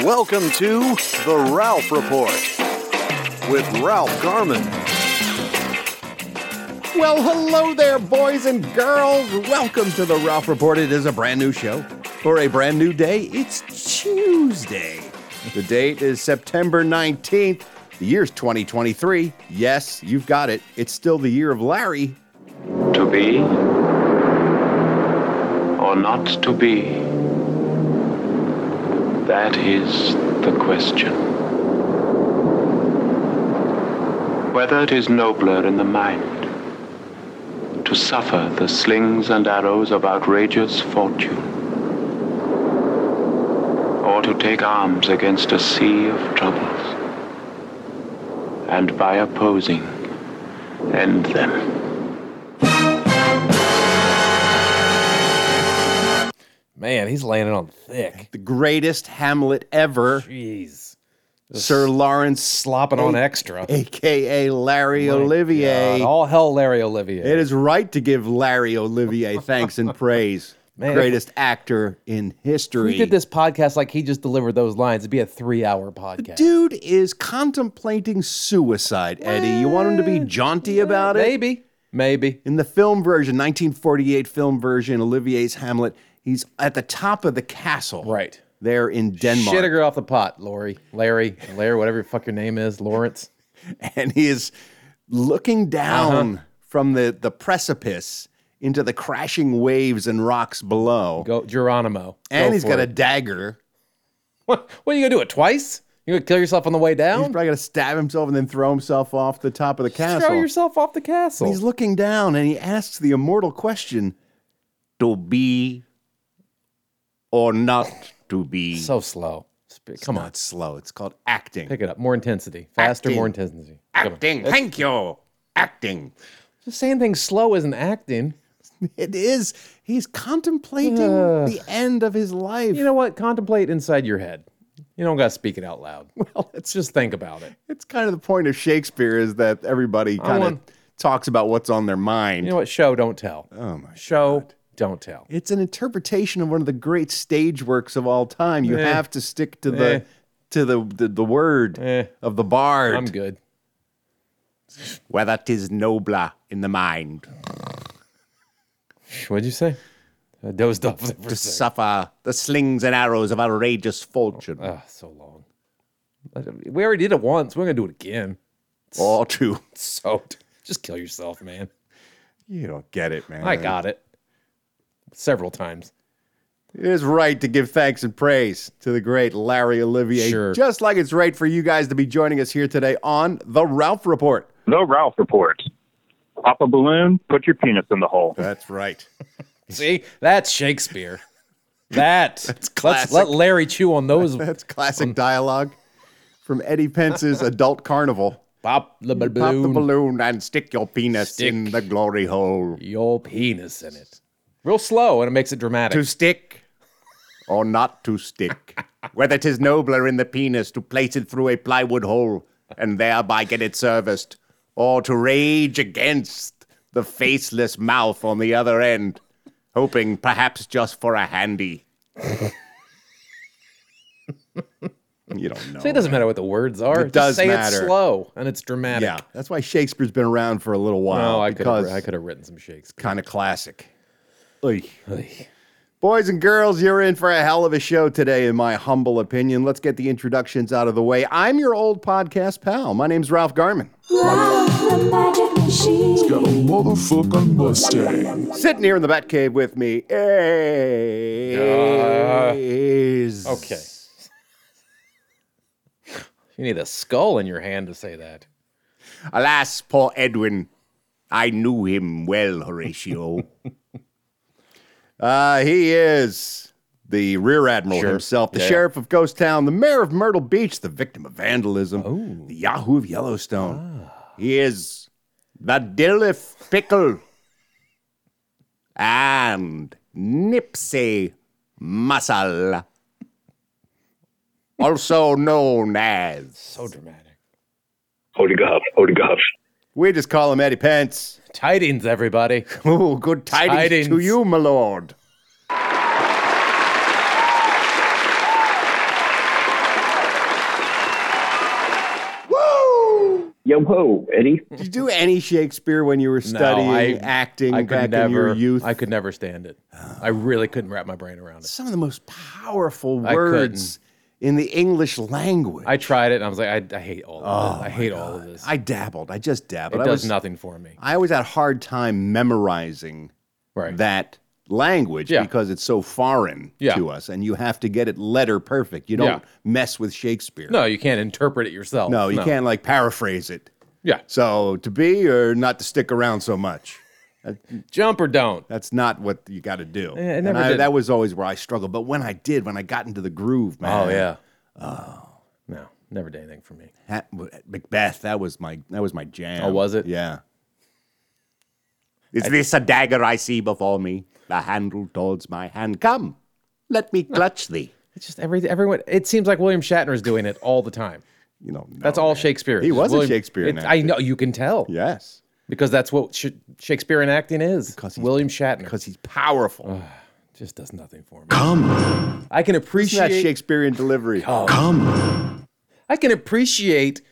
Welcome to The Ralph Report with Ralph Garman. Well, hello there, boys and girls. Welcome to the Ralph Report. It is a brand new show for a brand new day. It's Tuesday. The date is September 19th. The year's 2023. Yes, you've got it. It's still the year of Larry. To be or not to be? That is the question. Whether it is nobler in the mind to suffer the slings and arrows of outrageous fortune, or to take arms against a sea of troubles, and by opposing, end them. Man, he's landing on thick. The greatest Hamlet ever, Jeez. Sir Lawrence Slopping on Hey, extra. aka Larry Olivier. God, all hell, Larry Olivier. It is right to give Larry Olivier thanks and praise. Man, if- Greatest actor in history. If he did this podcast like he just delivered those lines, it'd be a three hour podcast. Dude is contemplating suicide, Eddie. You want him to be jaunty about it? Maybe. Maybe. In the film version, 1948 film version, Olivier's Hamlet, he's at the top of the castle. Right. There in Shit a Denmark. girl off the pot, Lori. Larry. Larry, whatever your fuck your name is, Lawrence. And he is looking Uh-huh. down from the, the precipice into the crashing waves and rocks below. Go Geronimo. and Go he's for got a it. dagger. What, what are you gonna do? It twice? You gonna kill yourself on the way He's down? probably gonna stab himself and then throw himself off the top of the castle. Throw yourself off the castle. He's looking down and he asks the immortal question to be or not to be. so slow. Sp- Come on. not slow. It's called acting. Pick it up. More intensity. Faster, more intensity. Come on. acting. Thank you. Acting. Just saying things slow isn't acting. It is. He's contemplating Ugh. the end of his life. You know what? Contemplate inside your head. You don't got to speak it out loud. Well, let's just think about it. it's kind of the point of Shakespeare is that everybody kind of want- talks about what's on their mind. You know what? Show, don't tell. Oh my. Show, don't tell. it's an interpretation of one of the great stage works of all time. You Eh. have to stick to Eh. the to the the, the word Eh. of the bard. I'm good. Whether 'tis nobler in the mind What'd you say? I dozed off there for a to second. suffer the slings and arrows of outrageous fortune, Ah, so long. We already did it once. We're gonna do it again. or to So just kill yourself, man. you don't get it, man. I got it. Several times. It is right to give thanks and praise to the great Larry Olivier, Sure. just like it's right for you guys to be joining us here today on the Ralph Report. The Ralph Report. Pop a balloon, put your penis in the hole. That's right. See, that's Shakespeare. That that's classic. Let Larry chew on those. That's classic dialogue from Eddie Pence's Adult Carnival. Pop the balloon. Pop the balloon and stick your penis Stick. in the glory hole. your penis in it. Real slow, and it makes it dramatic. To stick or not to stick. Whether 'tis nobler in the penis to place it through a plywood hole and thereby get it serviced, or to rage against the faceless mouth on the other end, hoping perhaps just for a handy. you don't know. So it doesn't matter what the words are. It Just does say it's matter. slow and it's dramatic. Yeah, that's why Shakespeare's been around for a little while. Oh, I could have because I could have written some Shakespeare. kind of classic. Oy. Oy. Boys and girls, you're in for a hell of a show today, in my humble opinion. Let's get the introductions out of the way. I'm your old podcast pal. My name's Ralph Garman. Got a motherfucking Mustang. Sitting here in the Batcave with me is Ah. Okay. You need a skull in your hand to say that. alas, poor Edwin. I knew him well, Horatio. uh, he is the rear admiral Sure. himself, the Yeah. sheriff of Ghost Town, the mayor of Myrtle Beach, the victim of vandalism, Oh. the Yahoo of Yellowstone. Ah. He is the Dillif Pickle and Nipsey Muscle, also known as. So dramatic. Holy guff, holy guff. We just call him Eddie Pence. Tidings, everybody. Ooh, Oh, good tidings. to Tidings. you, my lord. Yo ho, Eddie. Did you do any Shakespeare when you were studying I- acting I back could in your never. youth? I could never stand it. I really couldn't wrap my brain around it. Some of the most powerful I couldn't. words in the English language. I tried it, and I was like, I, I hate all. Of this. I hate all of this. Oh I dabbled. I just it dabbled. does I was, nothing for me. I always had a hard time memorizing Right. that language Yeah. because it's so foreign Yeah. to us, and you have to get it letter perfect. You don't Yeah. mess with Shakespeare. no, you can't interpret it yourself. No, you can't like paraphrase it. Yeah, So to be or not to stick around so much. jump or don't. That's not what you got to do. Yeah, it And never I- did. That was always where I struggled. But when I did, when I got into the groove, man. Oh yeah. Oh no, never did anything for me. Hat- Macbeth. That was my that was my jam. Oh, was it? Yeah. Is this a dagger I see before me? The handle towards my hand. Come, let me clutch thee. It's just every everyone. It seems like William Shatner is doing it all the time. You know, no, That's all man. Shakespeare. He It's was a William- Shakespearean it's- I actor. know you can tell Yes, because that's what sh- Shakespearean acting is. he's- William Shatner because he's powerful. just does nothing for me. Come, I can Isn't that appreciate. Shakespearean delivery? I can appreciate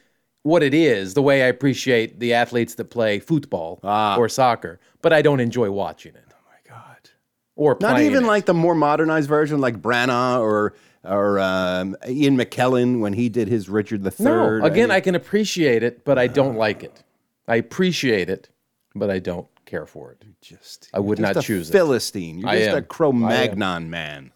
what it is the way I appreciate the athletes that play football or soccer, but I don't enjoy watching it. Oh my god. Or Not playing even it. like the more modernized version, like Branagh or or um, Ian McKellen when he did his Richard the Third. Uh-huh. No, again, I can appreciate it, but I don't like it. I appreciate it, but I don't care for it. just I would Just not a choose it. Philistine. You're I just a am. Cro-Magnon man.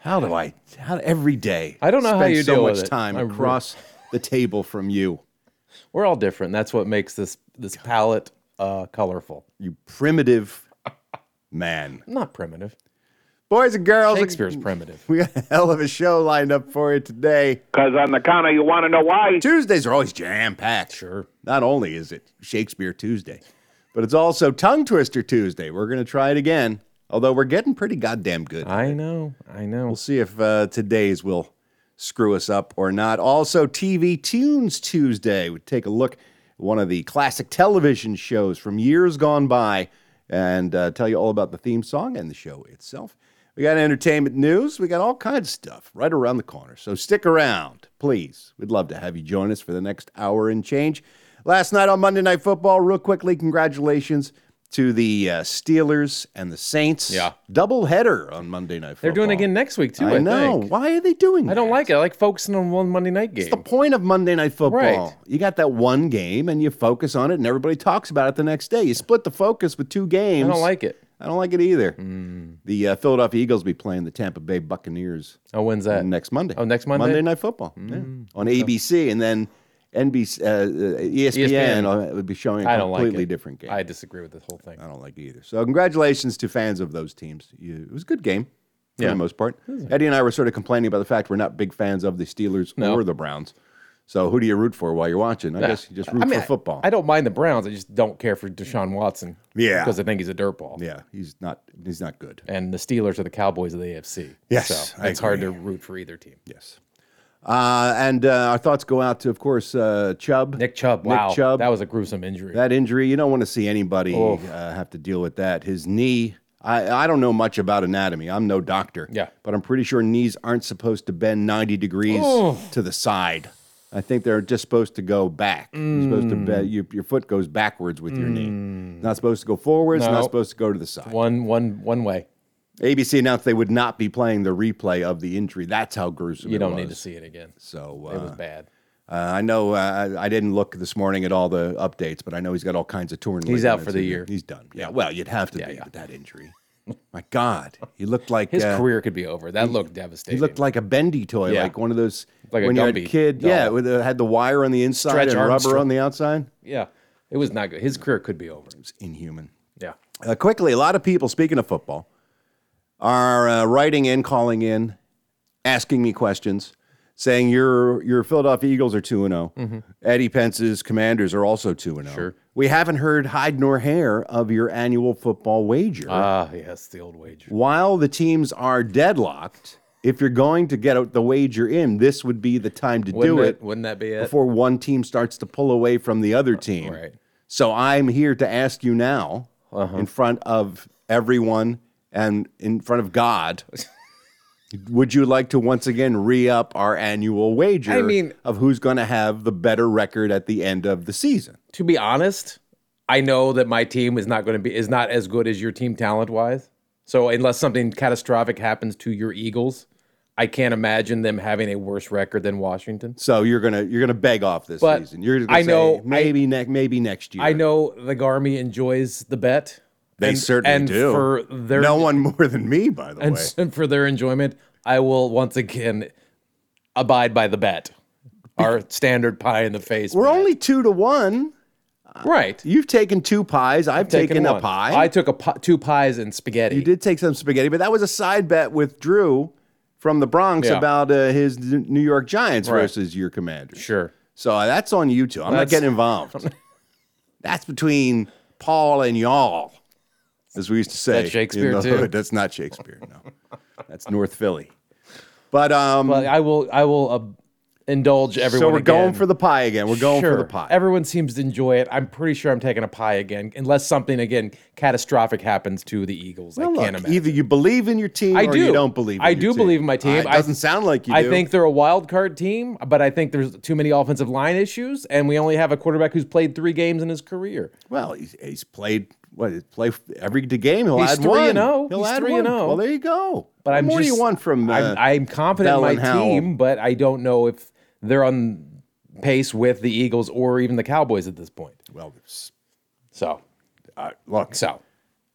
How do I? How every day? I don't know how spend you so deal much with it. time I re- across the table from you. We're all different. That's what makes this this palette uh, colorful. You primitive man. I'm not primitive. Boys and girls, Shakespeare's primitive. we got a hell of a show lined up for you today. Because on the counter, you want to know why? Tuesdays are always jam packed. Sure. Not only is it Shakespeare Tuesday, but it's also Tongue Twister Tuesday. We're going to try it again, although we're getting pretty goddamn good. I know. I know. We'll see if uh, today's will screw us up or not. Also, TV Tunes Tuesday. We take a look at one of the classic television shows from years gone by and uh, tell you all about the theme song and the show itself. We got entertainment news. We got all kinds of stuff right around the corner. So stick around, please. We'd love to have you join us for the next hour and change. Last night on Monday Night Football, real quickly, congratulations to the uh, Steelers and the Saints. Yeah. Double header on Monday Night Football. They're doing it again next week too. I, I know. Think. Why are they doing I don't that? like it. I like focusing on one Monday night game. It's the point of Monday Night Football. Right. You got that one game and you focus on it and everybody talks about it the next day. You split the focus with two games. I don't like Mm. it. I don't like it either. The uh, Philadelphia Eagles be playing the Tampa Bay Buccaneers Oh, when's that? next Monday. Oh, next Monday? Mm. Oh. Monday Night Football. Yeah. On ABC and then NBC, uh, uh, E ESPN, ESPN. would be showing a I don't like completely it. different game. Uh, I disagree with this whole thing. I don't like it either. So congratulations to fans of those teams. You, it was a good game for Yeah. the most part. Eddie and I were sort of complaining about the fact we're not big fans of the Steelers No. or the Browns. So who do you root for while you're watching? I guess you just root I mean, for football. I, I don't mind the Browns. I just don't care for Deshaun Watson. Yeah. Because I think he's a dirtball. yeah, he's not. He's not good. and the Steelers are the Cowboys of the AFC. Yes, so I it's hard to root for either team. Yes. Uh, and uh, our thoughts go out to, of course, uh, Chubb. Nick Chubb, wow, Nick Chubb. that was a gruesome injury. That injury, you don't want to see anybody uh, have to deal with that. His knee, I, I don't know much about anatomy. I'm no doctor. Yeah. But I'm pretty sure knees aren't supposed to bend 90 degrees to the side. I think they're just supposed to go back. You're supposed to bend, Mm. you, your foot goes backwards with your knee. Not supposed to go forwards, not No. supposed to go to the side. one, one, one way. ABC announced they would not be playing the replay of the injury. That's how gruesome You it don't was. need to see it again. So It was uh, bad. uh, I know uh, I I didn't look this morning at all the updates, but I know he's got all kinds of torn. He's out ligaments for the and year. He's done. Yeah. Well, you'd have to be with that injury. My God, he looked like His uh, career could be over. That looked devastating. He looked like a bendy toy, Yeah. like one of those Like a when you're a Gumby kid. doll. Yeah, with uh, had the wire on the inside Stretch and rubber Armstrong. on the outside. yeah, it was not good. His career could be over. It's inhuman. Yeah, Uh, quickly, a lot of people speaking of football are uh, writing in, calling in, asking me questions, saying your your Philadelphia Eagles are two and zero. Eddie Pence's Commanders are also two and zero. Mm-hmm. Sure. We haven't heard hide nor hair of your annual football wager. Ah, yes, the old wager. While the teams are deadlocked, if you're going to get out the wager in, this would be the time to Wouldn't do it, it Wouldn't that be it? Uh, before one team starts to pull away from the other team. Right. Uh-huh. So I'm here to ask you now, in front of everyone and in front of God, would you like to once again re up our annual wager I mean- of who's going to have the better record at the end of the season? to be honest, I know that my team is not going to be is not as good as your team talent wise. So unless something catastrophic happens to your Eagles, I can't imagine them having a worse record than Washington. So you're gonna you're gonna beg off this But season. You're gonna I say, know- I- maybe next maybe next year. I know the Garmy enjoys the bet. They and, certainly and do. For their no one more than me, by the and way. so for their enjoyment, I will once again abide by the bet. Our standard pie in the face. We're bet. only two to one. right. You've taken two pies. I've taken, a one. pie. I took a pi- two pies and spaghetti. You did take some spaghetti, but that was a side bet with Drew from the Bronx Yeah. about uh, his N- New York Giants Right. versus your Commanders. sure. So uh, that's on you two. I'm not That's- getting involved. that's between Paul and y'all, as we used to say. That's Shakespeare, in the too. hood. That's not Shakespeare. No, that's North Philly. But um, But I will I will uh, indulge everyone. so we're going again. for the pie again. We're going for the Sure. pie. Everyone seems to enjoy it. I'm pretty sure I'm taking a pie again, unless something again catastrophic happens to the Eagles. I Well, can't look, imagine. Either you believe in your team I or do. you don't believe in I your do team. believe in my team. Uh, it I- doesn't sound like you I do. think they're a wild card team, but I think there's too many offensive line issues, and we only have a quarterback who's played three games in his career. Well, he's, he's played what he's play every game. He'll He's add 3 one. and 0. He'll He's add 3 one. and 0. Well, there you go. But What I'm more do just, you want from uh, I'm, I'm confident Bell in and my Howell? team, but I don't know if they're on pace with the Eagles or even the Cowboys at this point. Well, s- So, look, so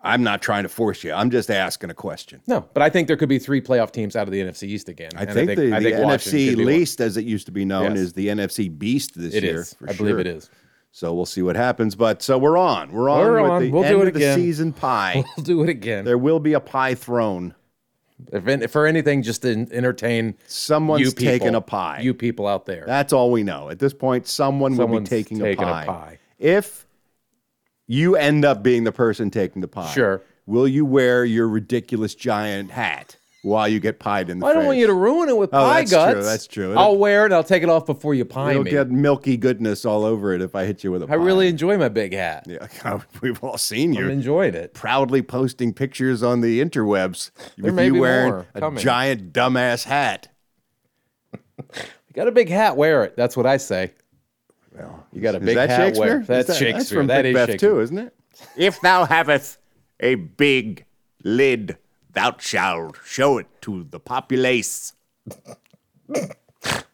I'm not trying to force you. I'm just asking a question. no, but I think there could be three playoff teams out of the NFC East again. I and think, the, I the Washington NFC could be one. least, as it used to be known, Yes. is the NFC Beast this It year. is. for I believe sure. it is. So we'll see what happens. But so we're on. We're on We're with on. the We'll do end it of the again. season pie. We'll do it again. there will be a pie thrown. if, an- for anything, just to en- entertain Someone's you people, taking a pie. You people out there. That's all we know. At this point, someone will be Someone's taking, taking a, a pie. pie. If you end up being the person taking the pie, Sure. Will you wear your ridiculous giant hat while you get pied in the I don't want you to ruin it with Oh, pie that's true, guts. that's true. I'll wear it. and I'll take it off before you pie You'll me. get milky goodness all over it if I hit you with a pie. I really enjoy my big hat. Yeah, we've all seen you I'm enjoying it. proudly posting pictures on the interwebs with may you be wearing more a coming. giant dumbass hat. You got a big hat, wear it. That's what I say. you got a is big that hat, Shakespeare? wear. Is it. That's that- Shakespeare. That's from That Macbeth is Shakespeare. too, isn't it? If thou havest a big lid, thou shalt show it to the populace.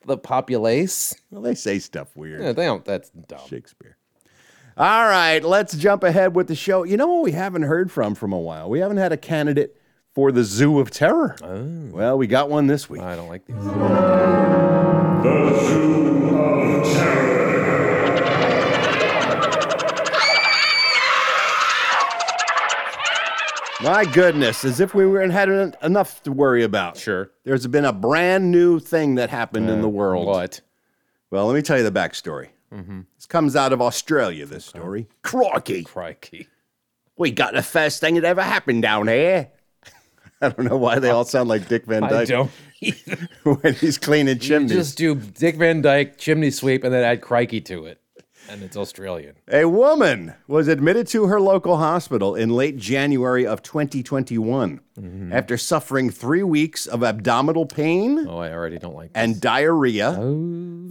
The populace. Well, they say stuff weird. Yeah, they don't. That's dumb. Shakespeare. All right, let's jump ahead with the show. You know what we haven't heard from from a while? We haven't had a candidate for the Zoo of Terror. Oh. Well, we got one this week. I don't like these. My goodness, as if we weren't had en- enough to worry about. Sure. Uh, There's been a brand new thing that happened in the world. What? Well, let me tell you the backstory. Mm-hmm. This comes out of Australia, this story. Crikey. Crikey. We got the first thing that ever happened down here. I don't know why they all sound like Dick Van I Dyke don't. when he's cleaning chimneys. Just do Dick Van Dyke chimney sweep and then add crikey to it, and it's Australian. A woman was admitted to her local hospital in late January of 2021 after suffering three weeks of abdominal pain Mm-hmm. Oh, I already don't like. and diarrhea,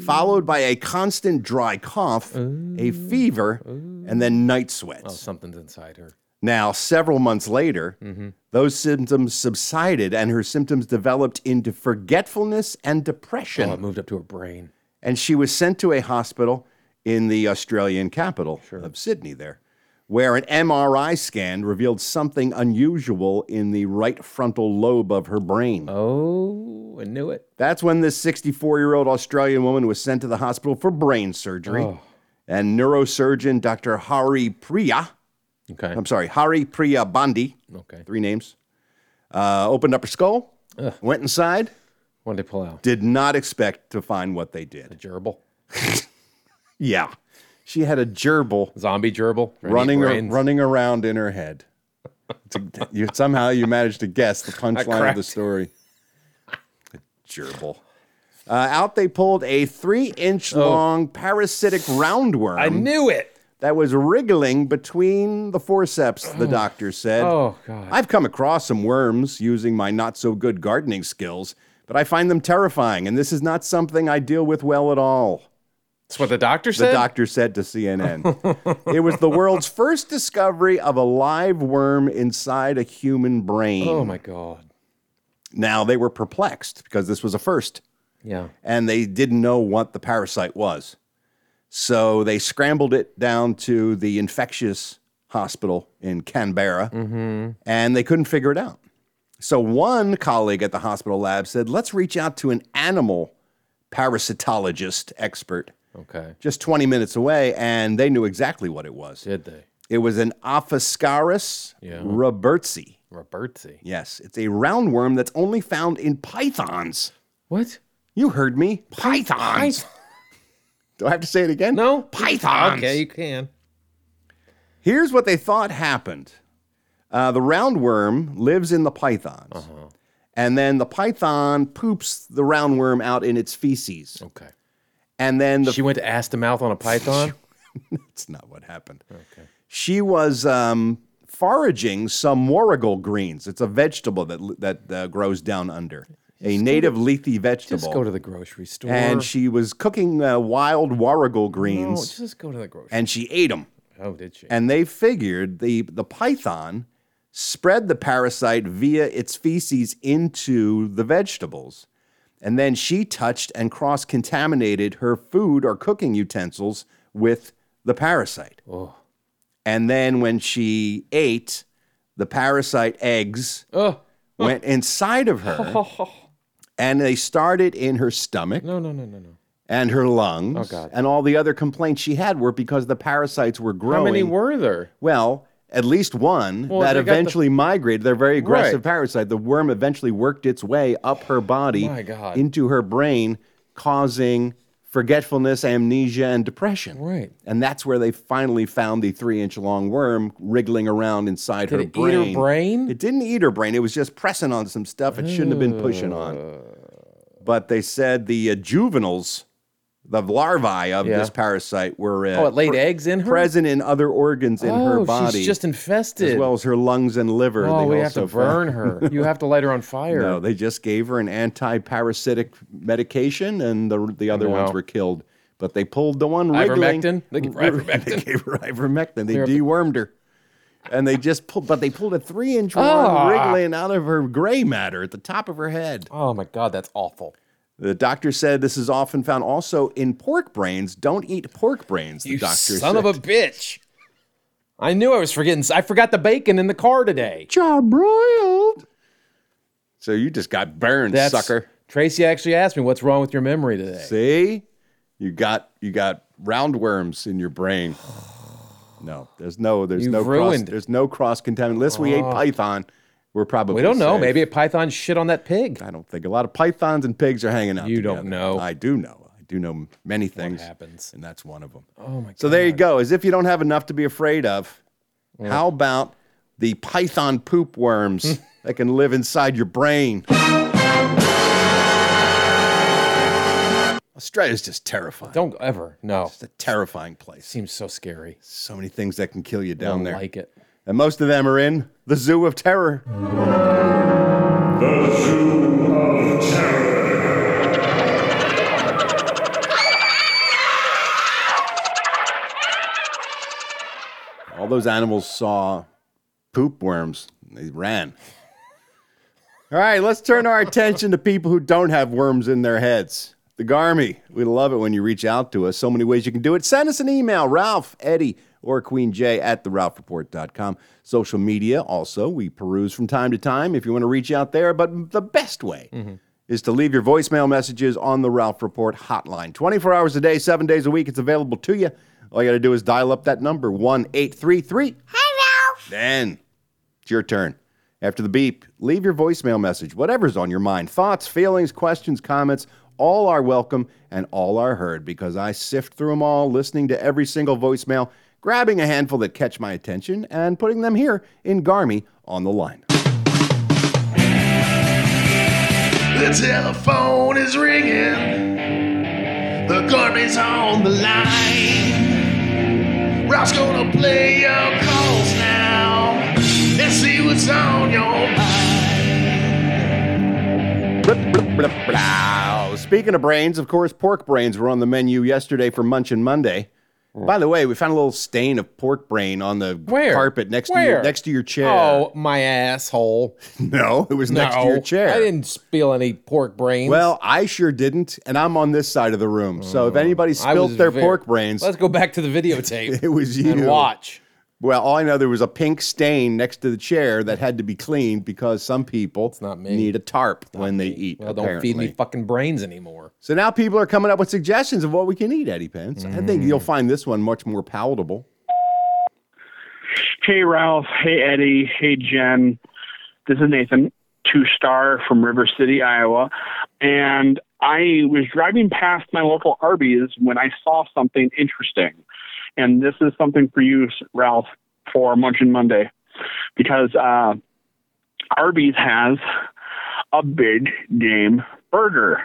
followed by a constant dry cough, a fever, and then night Oh, sweats. something's inside her. Now, several months later, those symptoms subsided and her symptoms developed into forgetfulness and depression. Oh, it moved up to her brain. and she was sent to a hospital in the Australian capital of Sydney there, where an MRI scan revealed something unusual in the right frontal lobe of her brain. Uh. Oh, I knew it. That's when this 64 year old Australian woman was sent to the hospital for brain surgery. And neurosurgeon Dr. Hari Priya, Okay. I'm sorry, Hari Priya Bandi, Okay. three names, Uh, opened up her skull, went inside, When they pull out did not expect to find what they a did. gerbil, Yeah. She had a gerbil zombie gerbil Any running, ar- brains? running around in her head. To- you, somehow you managed to guess the punchline of the cracked. story. A gerbil. Uh, out they pulled a three inch long parasitic roundworm. Oh. I knew it. that was wriggling between the forceps, the doctor said. Oh god. I've come across some worms using my not so good gardening skills, but I find them terrifying, and this is not something I deal with well at all, That's what the doctor the said. doctor said to CNN. it was the world's first discovery of a live worm inside a human brain. oh my god. Now, they were perplexed because this was a first Yeah. and they didn't know what the parasite was. So they scrambled it down to the infectious hospital in Canberra and they couldn't figure it out. So one colleague at the hospital lab said, let's reach out to an animal parasitologist expert Okay. just 20 minutes away. And they knew exactly what it was. Did they? It was an Ophyscaris Yeah. robertsi. Robertsy. Yes, it's a roundworm that's only found in pythons. What? You heard me. Pythons. Do I have to say it again? No. Pythons. Okay, you can. Here's what they thought happened uh, the roundworm lives in the pythons, Uh-huh. and then the python poops the roundworm out in its feces. Okay. And then the. She went to ass to mouth on a python. that's not what happened. Okay. She was. Um, Foraging some warrigal greens. It's a vegetable that that uh, grows down under, a native leafy vegetable. Just go to the grocery store. and she was cooking uh, wild warrigal no, greens, just go to the grocery. and she ate them. oh, did she? and they figured the the python spread the parasite via its feces into the vegetables and then she touched and cross contaminated her food or cooking utensils with the parasite Oh. and then when she ate the parasite eggs oh. went inside of her and they started in her stomach No, no, no, no, no. and her lungs God. and all the other complaints she had were because the parasites were growing How many were there? well, at least one Well, that they got the- eventually migrated. They're very aggressive Right. parasite. The worm eventually worked its way up her body My God. into her brain, causing forgetfulness, amnesia, and depression. Right. And that's where they finally found the three inch long worm wriggling around inside her Did it brain. eat her brain? It didn't eat her brain. It was just pressing on some stuff it shouldn't have been pushing Uh. on. But they said the uh, juveniles, the larvae of Yeah. this parasite, were uh, oh, it laid eggs in her. present in other organs in oh, her body, she's just infested. as well as her lungs and liver. oh, They we have to also burn found- her. You have to light her on fire. No, they just gave her an anti-parasitic medication, and the the other ones No. were killed. But they pulled the one wriggling. Ivermectin? They gave her ivermectin. they gave her ivermectin. They They're- dewormed her, and they just pulled. But they pulled a three-inch worm Ah. wriggling out of her gray matter at the top of her head. oh my God, that's awful. The doctor said this is often found also in pork brains. Don't eat pork brains. The You doctor son said. of a bitch. I knew I was forgetting. I forgot the bacon in the car today. broiled. So you just got burned, That's- sucker. Tracy actually asked me, "What's wrong with your memory today?" See, you got you got roundworms in your brain. No, there's no, there's You've no ruined cross, it. there's no cross contamination. Unless we ate python, we're probably we don't know. safe. Maybe a python shit on that pig. I don't think a lot of pythons and pigs are hanging out. You don't together. know. I do know. I do know many things, happens? and that's one of them. Oh my So there you go. As if you don't have enough to be afraid of, how about the python poop worms that can live inside your brain? Australia's just terrifying. Don't ever. No. It's a terrifying place. Seems so scary. So many things that can kill you I down don't there. like it. And most of them are in the Zoo of Terror. All those animals saw poop worms. They ran. All right, let's turn our attention to people who don't have worms in their heads. The Garmy. We love it when you reach out to us. So many ways you can do it. Send us an email, Ralph, Eddie, or Queen J at theralphreport.com. Social media also, we peruse from time to time if you want to reach out there. But the best way is to leave your voicemail messages on the Ralph Report hotline. 24 hours a day, seven days a week, it's available to you. All you got to do is dial up that number, one eight three three. Hi, Ralph. Then it's your turn. After the beep, leave your voicemail message, whatever's on your mind. Thoughts, feelings, questions, comments, all are welcome and all are heard because I sift through them all, listening to every single voicemail, grabbing a handful that catch my attention, and putting them here in Garmy on the line. The telephone is ringing. The garbage on the line. Ralph's gonna play your calls now and see what's on your mind. Blah. Speaking of brains, of course, pork brains were on the menu yesterday for Munchin Monday. By the way, we found a little stain of pork brain on the Mm. Where? carpet next to Where? your next to your chair. Oh, my asshole. no, it was next to No, your chair. I didn't spill any pork brains. Well, I sure didn't, and I'm on this side of the room. So if anybody Oh, I was spilt their very- pork brains, Let's go back to the videotape it was you. and watch. Well, all I know there was a pink stain next to the chair that had to be cleaned because some people not me. need a tarp when they eat. Well, don't feed me apparently. fucking brains anymore. So now people are coming up with suggestions of what we can eat, Eddie Pence. I think Mm. you'll find this one much more palatable. Hey, Ralph. Hey, Eddie. Hey, Jen. This is Nathan, two star from River City, Iowa. And I was driving past my local Arby's when I saw something interesting. And this is something for you, Ralph, for Munchin Monday, because uh, Arby's has a big game burger.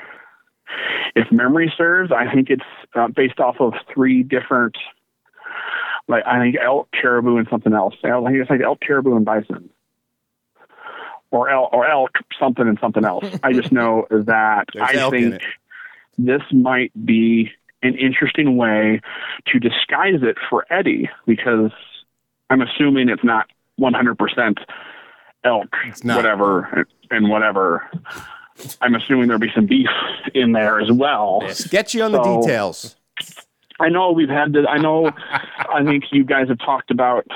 If memory serves, I think it's uh, based off of three different like I think elk, caribou, and something else. I think it's like elk, caribou, and bison, or elk, or elk, something and something else. I just know that There's I elk in think it. this might be an interesting way to disguise it for Eddie because I'm assuming it's not 100% elk, not. whatever, and whatever. I'm assuming there'll be some beef in there as well. Sketchy on the So- details. I know we've had the. I know. I think you guys have talked about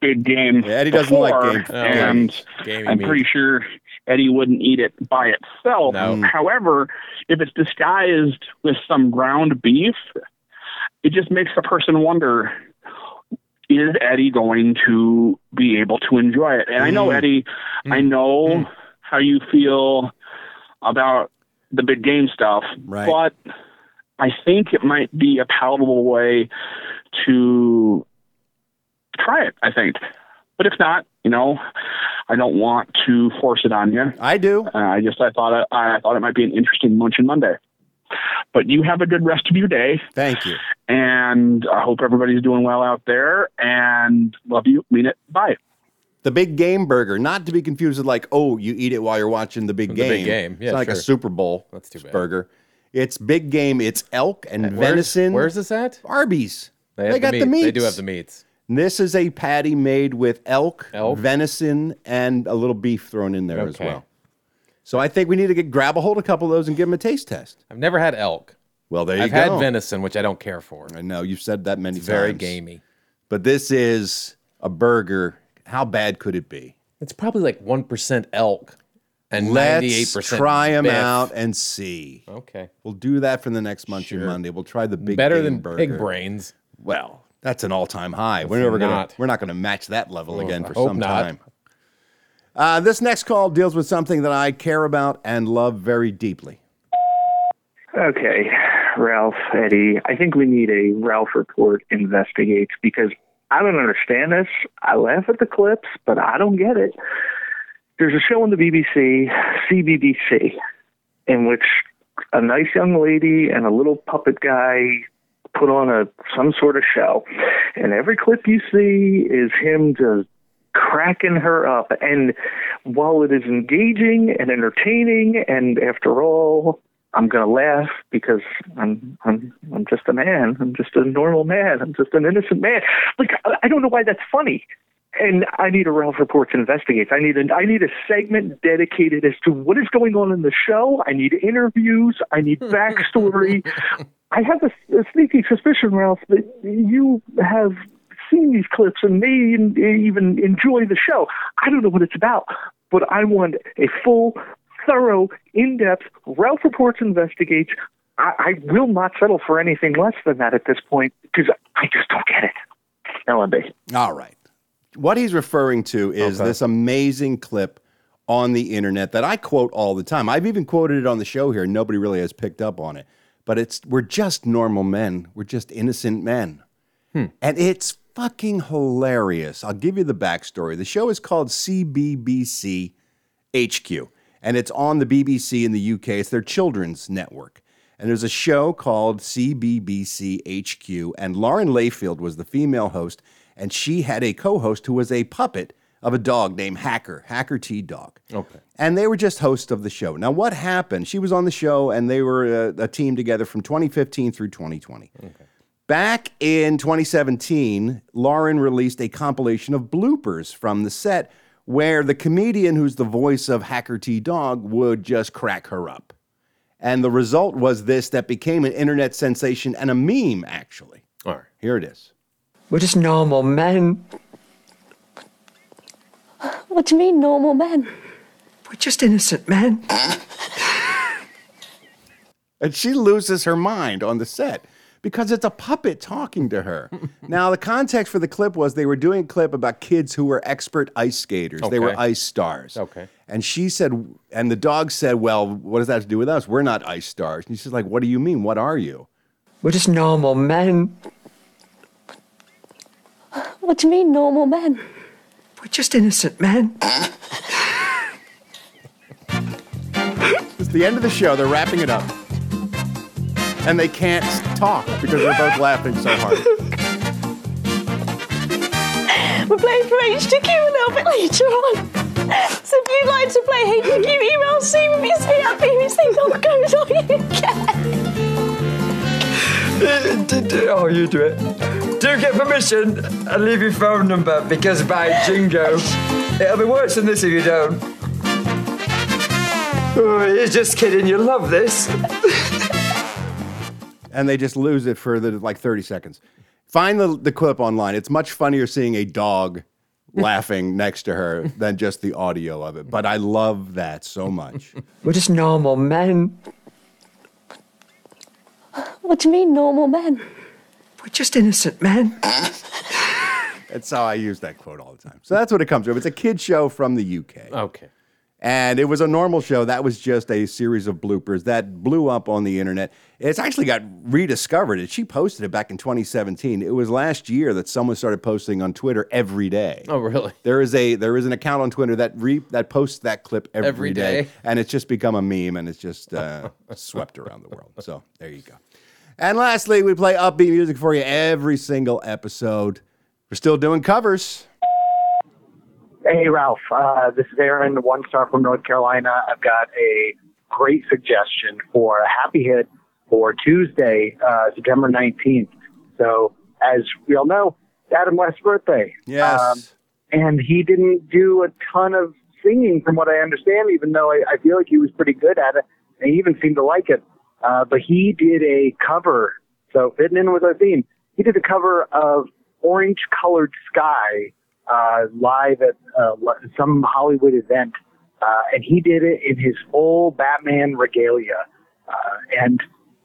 big game. Yeah, Eddie doesn't like before, game- and Gamey I'm meat. pretty sure Eddie wouldn't eat it by itself. No. However, if it's disguised with some ground beef, it just makes the person wonder: Is Eddie going to be able to enjoy it? And I know Eddie. I know how you feel about the big game stuff, Right. but I think it might be a palatable way to try it. I think, but if not, you know, I don't want to force it on you. I do. Uh, I just I thought I, I thought it might be an interesting Munchin Monday. But you have a good rest of your day, Thank you. and I hope everybody's doing well out there. And love you, mean it. Bye. The big game burger, not to be confused with like, oh, you eat it while you're watching the big The game. big game. Yeah, it's not like a sure. Super Bowl That's too bad. burger. It's big game. It's elk and Where's- venison. Where's this at? Arby's? They, have got the meat. They do have the meats. This is a patty made with elk, Elk. venison, and a little beef thrown in there as Okay. well. So I think we need to get grab a hold of a couple of those and give them a taste test. I've never had elk. Well, there you I've go. had venison, which I don't care for. I know you've said that many It's very times. gamey. But this is a burger. How bad could it be? It's probably like one percent elk and ninety-eight Let's percent. try them out and see. Okay, We'll do that for the next Munchin Monday. We'll try the big better game than burger. pig brains. Well, that's an all-time high. We're never gonna not. we're not gonna match that level again for hope some not. time. Uh, this next call deals with something that I care about and love very deeply. Okay, Ralph, Eddie, I think we need a Ralph report investigates because I don't understand this. I laugh at the clips, but I don't get it. There's a show on the BBC, CBBC, in which a nice young lady and a little puppet guy put on a some sort of show, and every clip you see is him just cracking her up. And while it is engaging and entertaining, and after all, I'm gonna laugh because I'm I'm I'm just a man. I'm just a normal man. I'm just an innocent man. Like I- I don't know why that's funny. And I need a Ralph Reports investigates. I need a I need a segment dedicated as to what is going on in the show. I need interviews. I need backstory. I have a, a sneaky suspicion, Ralph, that you have seen these clips and may en- even enjoy the show. I don't know what it's about, but I want a full, thorough, in-depth Ralph Reports investigates. I, I will not settle for anything less than that at this point because I just don't get it. LMB. All right. what he's referring to is this amazing clip on the internet that I quote all the time. I've even quoted it on the show here. and Nobody really has picked up on it, but it's we're just normal men. We're just innocent men, and it's fucking hilarious. I'll give you the backstory. The show is called CBBC HQ, and it's on the BBC in the UK. It's their children's network. And there's a show called CBBC HQ, and Lauren Layfield was the female host, and she had a co host who was a puppet of a dog named Hacker, Hacker T Dog. Okay. And they were just hosts of the show. Now, what happened? She was on the show, and they were uh, a, a team together from 2015 through 2020. Back in 2017, Lauren released a compilation of bloopers from the set where the comedian who's the voice of Hacker T Dog would just crack her up. And the result was this that became an internet sensation and a meme, actually. All right. Here it is. We're just normal men. What do you mean, normal men? We're just innocent men. And she loses her mind on the set because it's a puppet talking to her. now, the context for the clip was they were doing a clip about kids who were expert ice skaters, they were Okay. ice stars. Okay. And she said, and the dog said, Well, what does that have to do with us? We're not ice stars. And she's like, What do you mean? What are you? We're just normal men. What do you mean, normal men? We're just innocent men. It's the end of the show. They're wrapping it up. And they can't talk because they're both laughing so hard. We're playing for HDQ a little bit later on. So if you'd like to play HDQ, email CBBC at D- d- oh, you do it. Do get permission and leave your phone number because by jingo, it'll be worse than this if you don't. Oh, you're just kidding. You love this. and they just lose it for the like 30 seconds. Find the, the clip online. It's much funnier seeing a dog laughing next to her than just the audio of it. But I love that so much. We're just normal men. What do you mean, normal men? We're just innocent men. That's how I use that quote all the time. So that's what it comes from. It's a kid show from the UK. Okay. And it was a normal show. That was just a series of bloopers that blew up on the internet. It's actually got rediscovered. She posted it back in 2017. It was last year that someone started posting on Twitter every day. Oh, really? There is a there is an account on Twitter that re, that posts that clip Every every day, day. and it's just become a meme, and it's just uh, swept around the world. So there you go. And lastly, we play upbeat music for you every single episode. We're still doing covers. Hey, Ralph. Uh, this is Aaron, one star from North Carolina. I've got a great suggestion for a happy hit for Tuesday, uh, September 19th. So, as we all know, it's Adam West's birthday. Um, Yes. Um, and he didn't do a ton of singing, from what I understand, even though I, I feel like he was pretty good at it. And he even seemed to like it. Uh, but he did a cover, so fitting in with our theme. He did a cover of Orange Colored Sky uh, live at uh, li- some Hollywood event. Uh, and he did it in his full Batman regalia. Uh, and,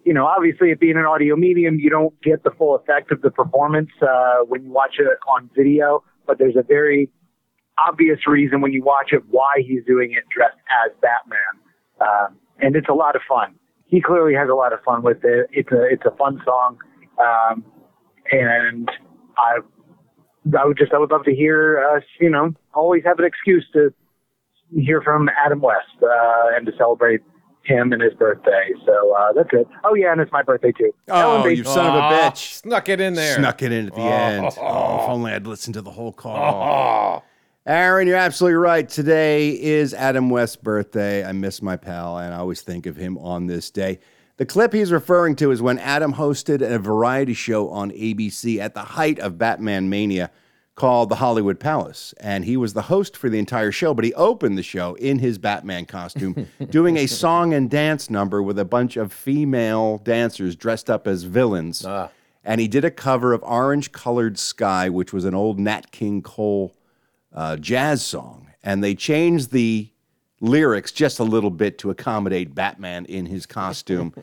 you know, obviously, it being an audio medium, you don't get the full effect of the performance uh, when you watch it on video. But there's a very obvious reason when you watch it why he's doing it dressed as Batman. Um, and it's a lot of fun. He clearly has a lot of fun with it. It's a it's a fun song, um, and I I would just I would love to hear us. You know, always have an excuse to hear from Adam West uh, and to celebrate him and his birthday. So uh, that's it. Oh yeah, and it's my birthday too. Oh, you son of a Aw, bitch! Ah, Snuck it in there. Snuck it in at the end. Oh, if only I'd listened to the whole Oh. call. Aaron, you're absolutely right. Today is Adam West's birthday. I miss my pal, and I always think of him on this day. The clip he's referring to is when Adam hosted a variety show on ABC at the height of Batman Mania called The Hollywood Palace. And he was the host for the entire show, but he opened the show in his Batman costume doing a song and dance number with a bunch of female dancers dressed up as villains. Ah. And he did a cover of Orange Colored Sky, which was an old Nat King Cole uh, jazz song. And they changed the lyrics just a little bit to accommodate Batman in his costume.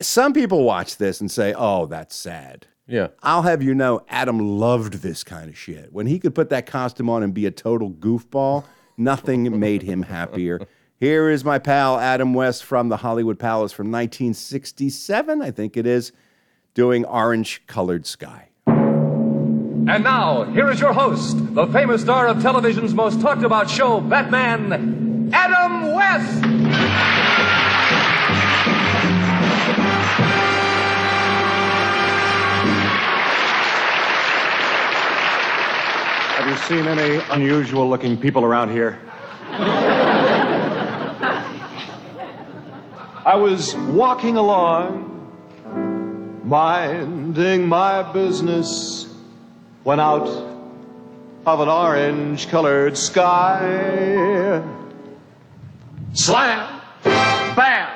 Some people watch this and say, oh, that's sad. Yeah. I'll have you know, Adam loved this kind of shit. When he could put that costume on and be a total goofball, nothing made him happier. Here is my pal Adam West from the Hollywood Palace from 1967, I think it is, doing Orange Colored Sky. And now, here is your host, the famous star of television's most talked about show, Batman, Adam West! Have you seen any unusual looking people around here? I was walking along, minding my business, when out of an orange colored sky, slam, bam,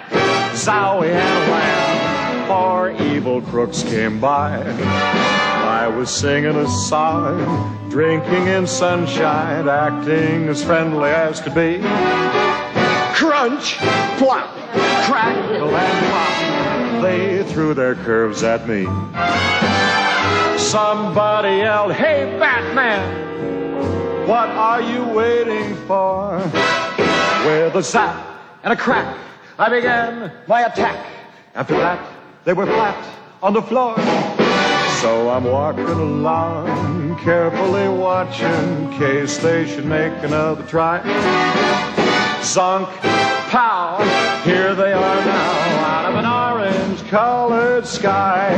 zowie, and wham, four evil crooks came by. I was singing a song, drinking in sunshine, acting as friendly as could be. Crunch, plop, crackle, and pop. They threw their curves at me. Somebody yelled, Hey, Batman, what are you waiting for? With a zap and a crack, I began my attack. After that, they were flat on the floor. So I'm walking along, carefully watching, in case they should make another try. Zonk, pow, here they are now, out of an orange colored sky.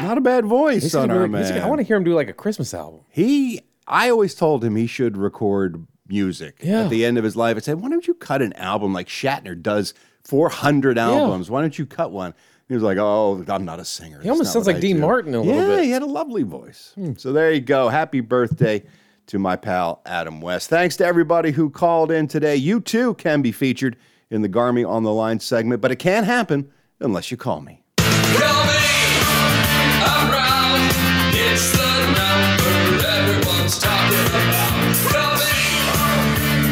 Not a bad voice He's on gonna be our like- he's man. gonna- I wanna hear him do like a Christmas album. He, I always told him he should record music at the end of his life. I said, why don't you cut an album like Shatner does 400 albums? Why don't you cut one? He was like, oh, I'm not a singer. He almost That's not sounds what like I Dean do." Martin a little Yeah, bit. Hmm. he had a lovely voice. So there you go. Happy birthday to my pal Adam West. Thanks to everybody who called in today. You too can be featured in the Garmy on the Line segment, but it can't happen unless you call me. It's the number everyone's talking about. Call me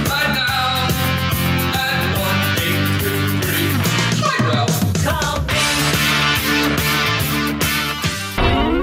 right now at 1-833. Hi, Ralph. Call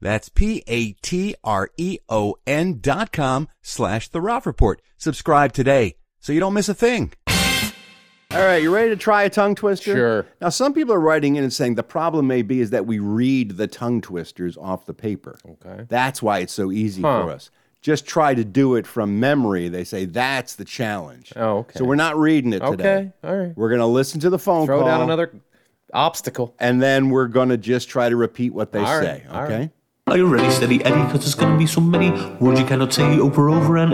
That's P-A-T-R-E-O-N E dot com slash the Ralph Report. Subscribe today so you don't miss a thing. All right, you ready to try a tongue twister? Sure. Now, some people are writing in and saying the problem may be is that we read the tongue twisters off the paper. Okay. That's why it's so easy Huh. for us. Just try to do it from memory. They say that's the challenge. Oh, okay. So we're not reading it today. Okay, all right. We're going to listen to the phone Throw call. down another obstacle. And then we're going to just try to repeat what they All right, say. all okay? right. Are you ready, steady Eddie? Because there's going to be so many words you cannot say over, over and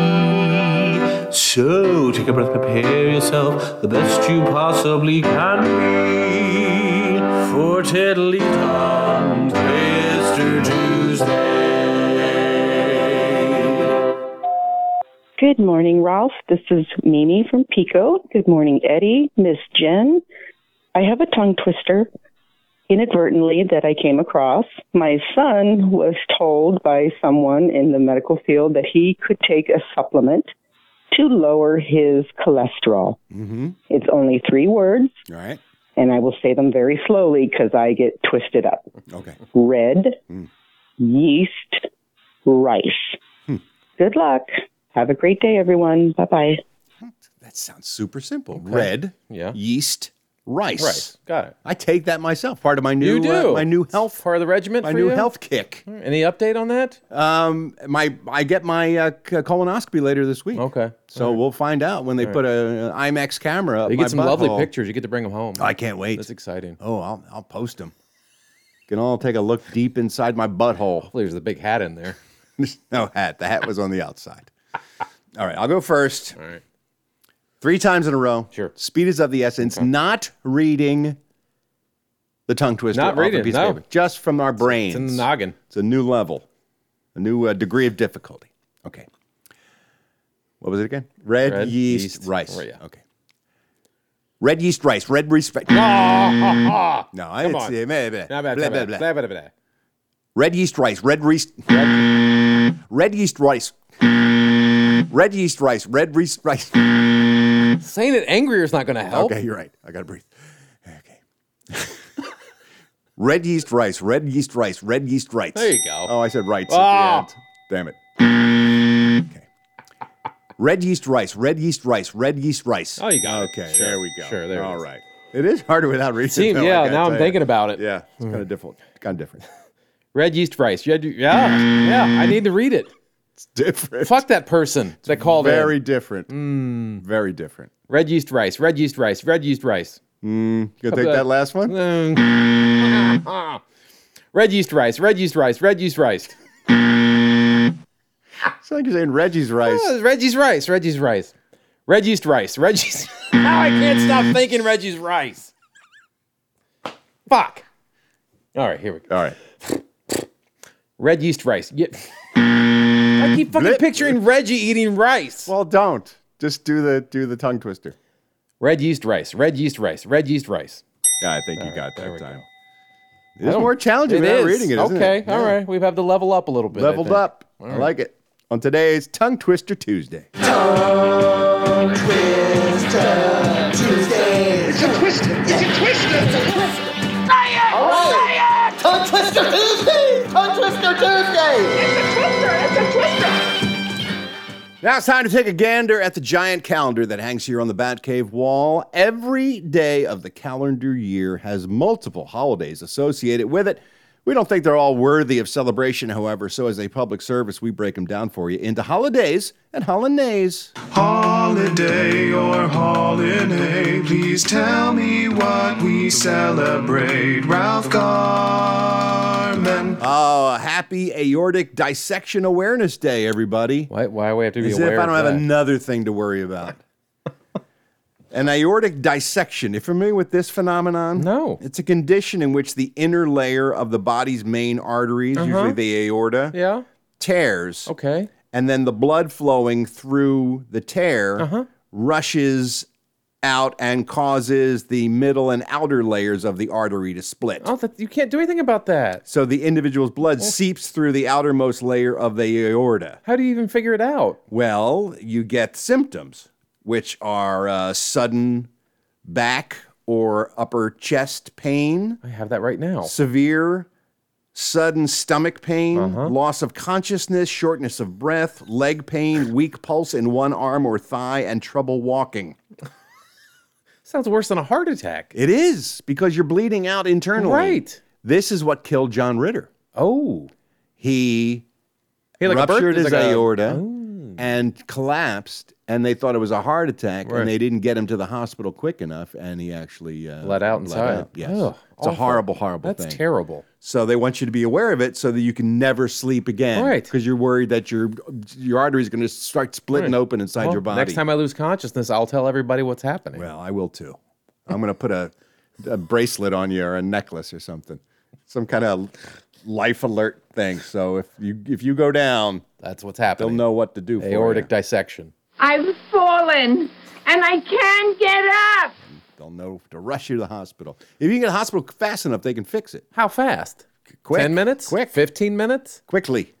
again. So take a breath, prepare yourself the best you possibly can be for Tiddly Tom Twister Tuesday. Good morning, Ralph. This is Mimi from Pico. Good morning, Eddie, Miss Jen. I have a tongue twister inadvertently that I came across. My son was told by someone in the medical field that he could take a supplement to lower his cholesterol. Mm-hmm. It's only three words, All right. and I will say them very slowly because I get twisted up. Okay. Red, Mm. yeast, rice. Good luck. Have a great day, everyone. Bye bye. That sounds super simple. Red, yeah. yeast, rice. Rice. Got it. I take that myself. Part of my new you do. uh, my new health. Part of the regiment. my for new you? health kick. Any update on that? Um, my I get my uh, c- colonoscopy later this week. Okay, so we'll find out when they All put a, an IMAX camera. Up You get my some lovely butthole. pictures. You get to bring them home. I can't wait. That's exciting. Oh, I'll I'll post them. Can all take a look deep inside my butthole. Hopefully, there's a big hat in there. no hat. The hat was on the outside. All right, I'll go first. All right. Three times in a row. Sure. Speed is of the essence. Not reading the tongue twister Not off a reading, piece no. of paper. Just from our brains. in the noggin. It's a new level, a new uh, degree of difficulty. Okay. What was it again? Red, Red yeast, yeast rice. ri- yeah. Okay. Red yeast rice. Red respect. no, ha, ha. I Come it's, on. eh, blah, Blah, blah, blah, blah, blah, blah. blah, blah, blah. Red yeast rice. Red yeast. Red yeast rice. Red yeast rice. Red yeast rice. Saying it angrier is not going to help. Okay, you're right. I gotta breathe. Okay. red yeast rice. Red yeast rice. Red yeast rice. There you go. Oh, I said rights Ah. at the end. Damn it. Okay. Red yeast rice. Red yeast rice. Red yeast rice. Oh, you got it. Okay, Sure. there we go. Sure, there it All is. right. It is harder without reading. Seem- though, I yeah, gotta now I'm tell you. thinking Hmm. about it. Yeah, it's kind of different. Kind of different. Red yeast rice. Red, yeah, yeah. I need to read it. It's different. Fuck that person that called Very in. different. Hmm. Very different. Red yeast rice. Red yeast rice. Red yeast rice. Mm, you gonna take that last one? red yeast rice. Red yeast rice. Red yeast rice. It's like you're saying Reggie's rice. Oh, Reggie's rice. Reggie's rice. Reggie's rice. Reggie's. now I can't stop thinking Reggie's rice. Fuck. All right, here we go. All right. Red yeast rice. Yeah. I keep fucking picturing Reggie eating rice. Well, don't. Just do the do the tongue twister. Red yeast rice. Red yeast rice. Red yeast rice. Yeah, I think you got that time. I It's don't- more challenging Oh, It without is. reading it. Isn't okay, it? all Yeah. right. We have to level up a little bit. I Leveled think. up. All I right. like it. On today's Tongue Twister Tuesday. Tongue Twister Tuesday. It's a twister. It's a twister. It's a twister. Say it. All right. Say it. Tongue Twister Tuesday. Tongue Twister Tuesday. It's a twister. It's a twister. Now it's time to take a gander at the giant calendar that hangs here on the Batcave wall. Every day of the calendar year has multiple holidays associated with it. We don't think they're all worthy of celebration, however, so as a public service, we break them down for you into holidays and holinays. Holiday or holiday, please tell me what we celebrate. Ralph Garman. Oh, happy aortic dissection awareness day, everybody. Why, why do we have to be As aware if I of don't have that? another thing to worry about. An aortic dissection. You familiar with this phenomenon? No. It's a condition in which the inner layer of the body's main arteries, usually Uh-huh. the aorta, Yeah. Oh. tears. Okay. And then the blood flowing through the tear Uh-huh. rushes out and causes the middle and outer layers of the artery to split. Oh, that, you can't do anything about that. So the individual's blood seeps through the outermost layer of the aorta. How do you even figure it out? Well, you get symptoms, which are uh, sudden back or upper chest pain, I have that right now. severe sudden stomach pain, loss of consciousness, shortness of breath, leg pain, weak pulse in one arm or thigh, and trouble walking. Sounds worse than a heart attack. It is because you're bleeding out internally. Right. This is what killed John Ritter. Oh. He, He had like a birth- ruptured his like a- Oh. aorta and collapsed, and they thought it was a heart attack, Right. and they didn't get him to the hospital quick enough, and he actually uh, Let out inside. yes, Ugh, it's awful. a horrible, horrible That's thing. terrible. So they want you to be aware of it so that you can never sleep again, Right. Because you're worried that your your artery is going to start splitting Right. open inside Well, your body. Next time I lose consciousness, I'll tell everybody what's happening. Well, I will too. I'm going to put a, a bracelet on you or a necklace or something, some kind of life alert thing. So if you if you go down, that's what's happening. They'll know what to do. Aortic for you. dissection. I've fallen and I can't get up. They'll know to rush you to the hospital. If you can get to the hospital fast enough, they can fix it. How fast? Quick. Ten minutes? Quick. Fifteen minutes? Quickly.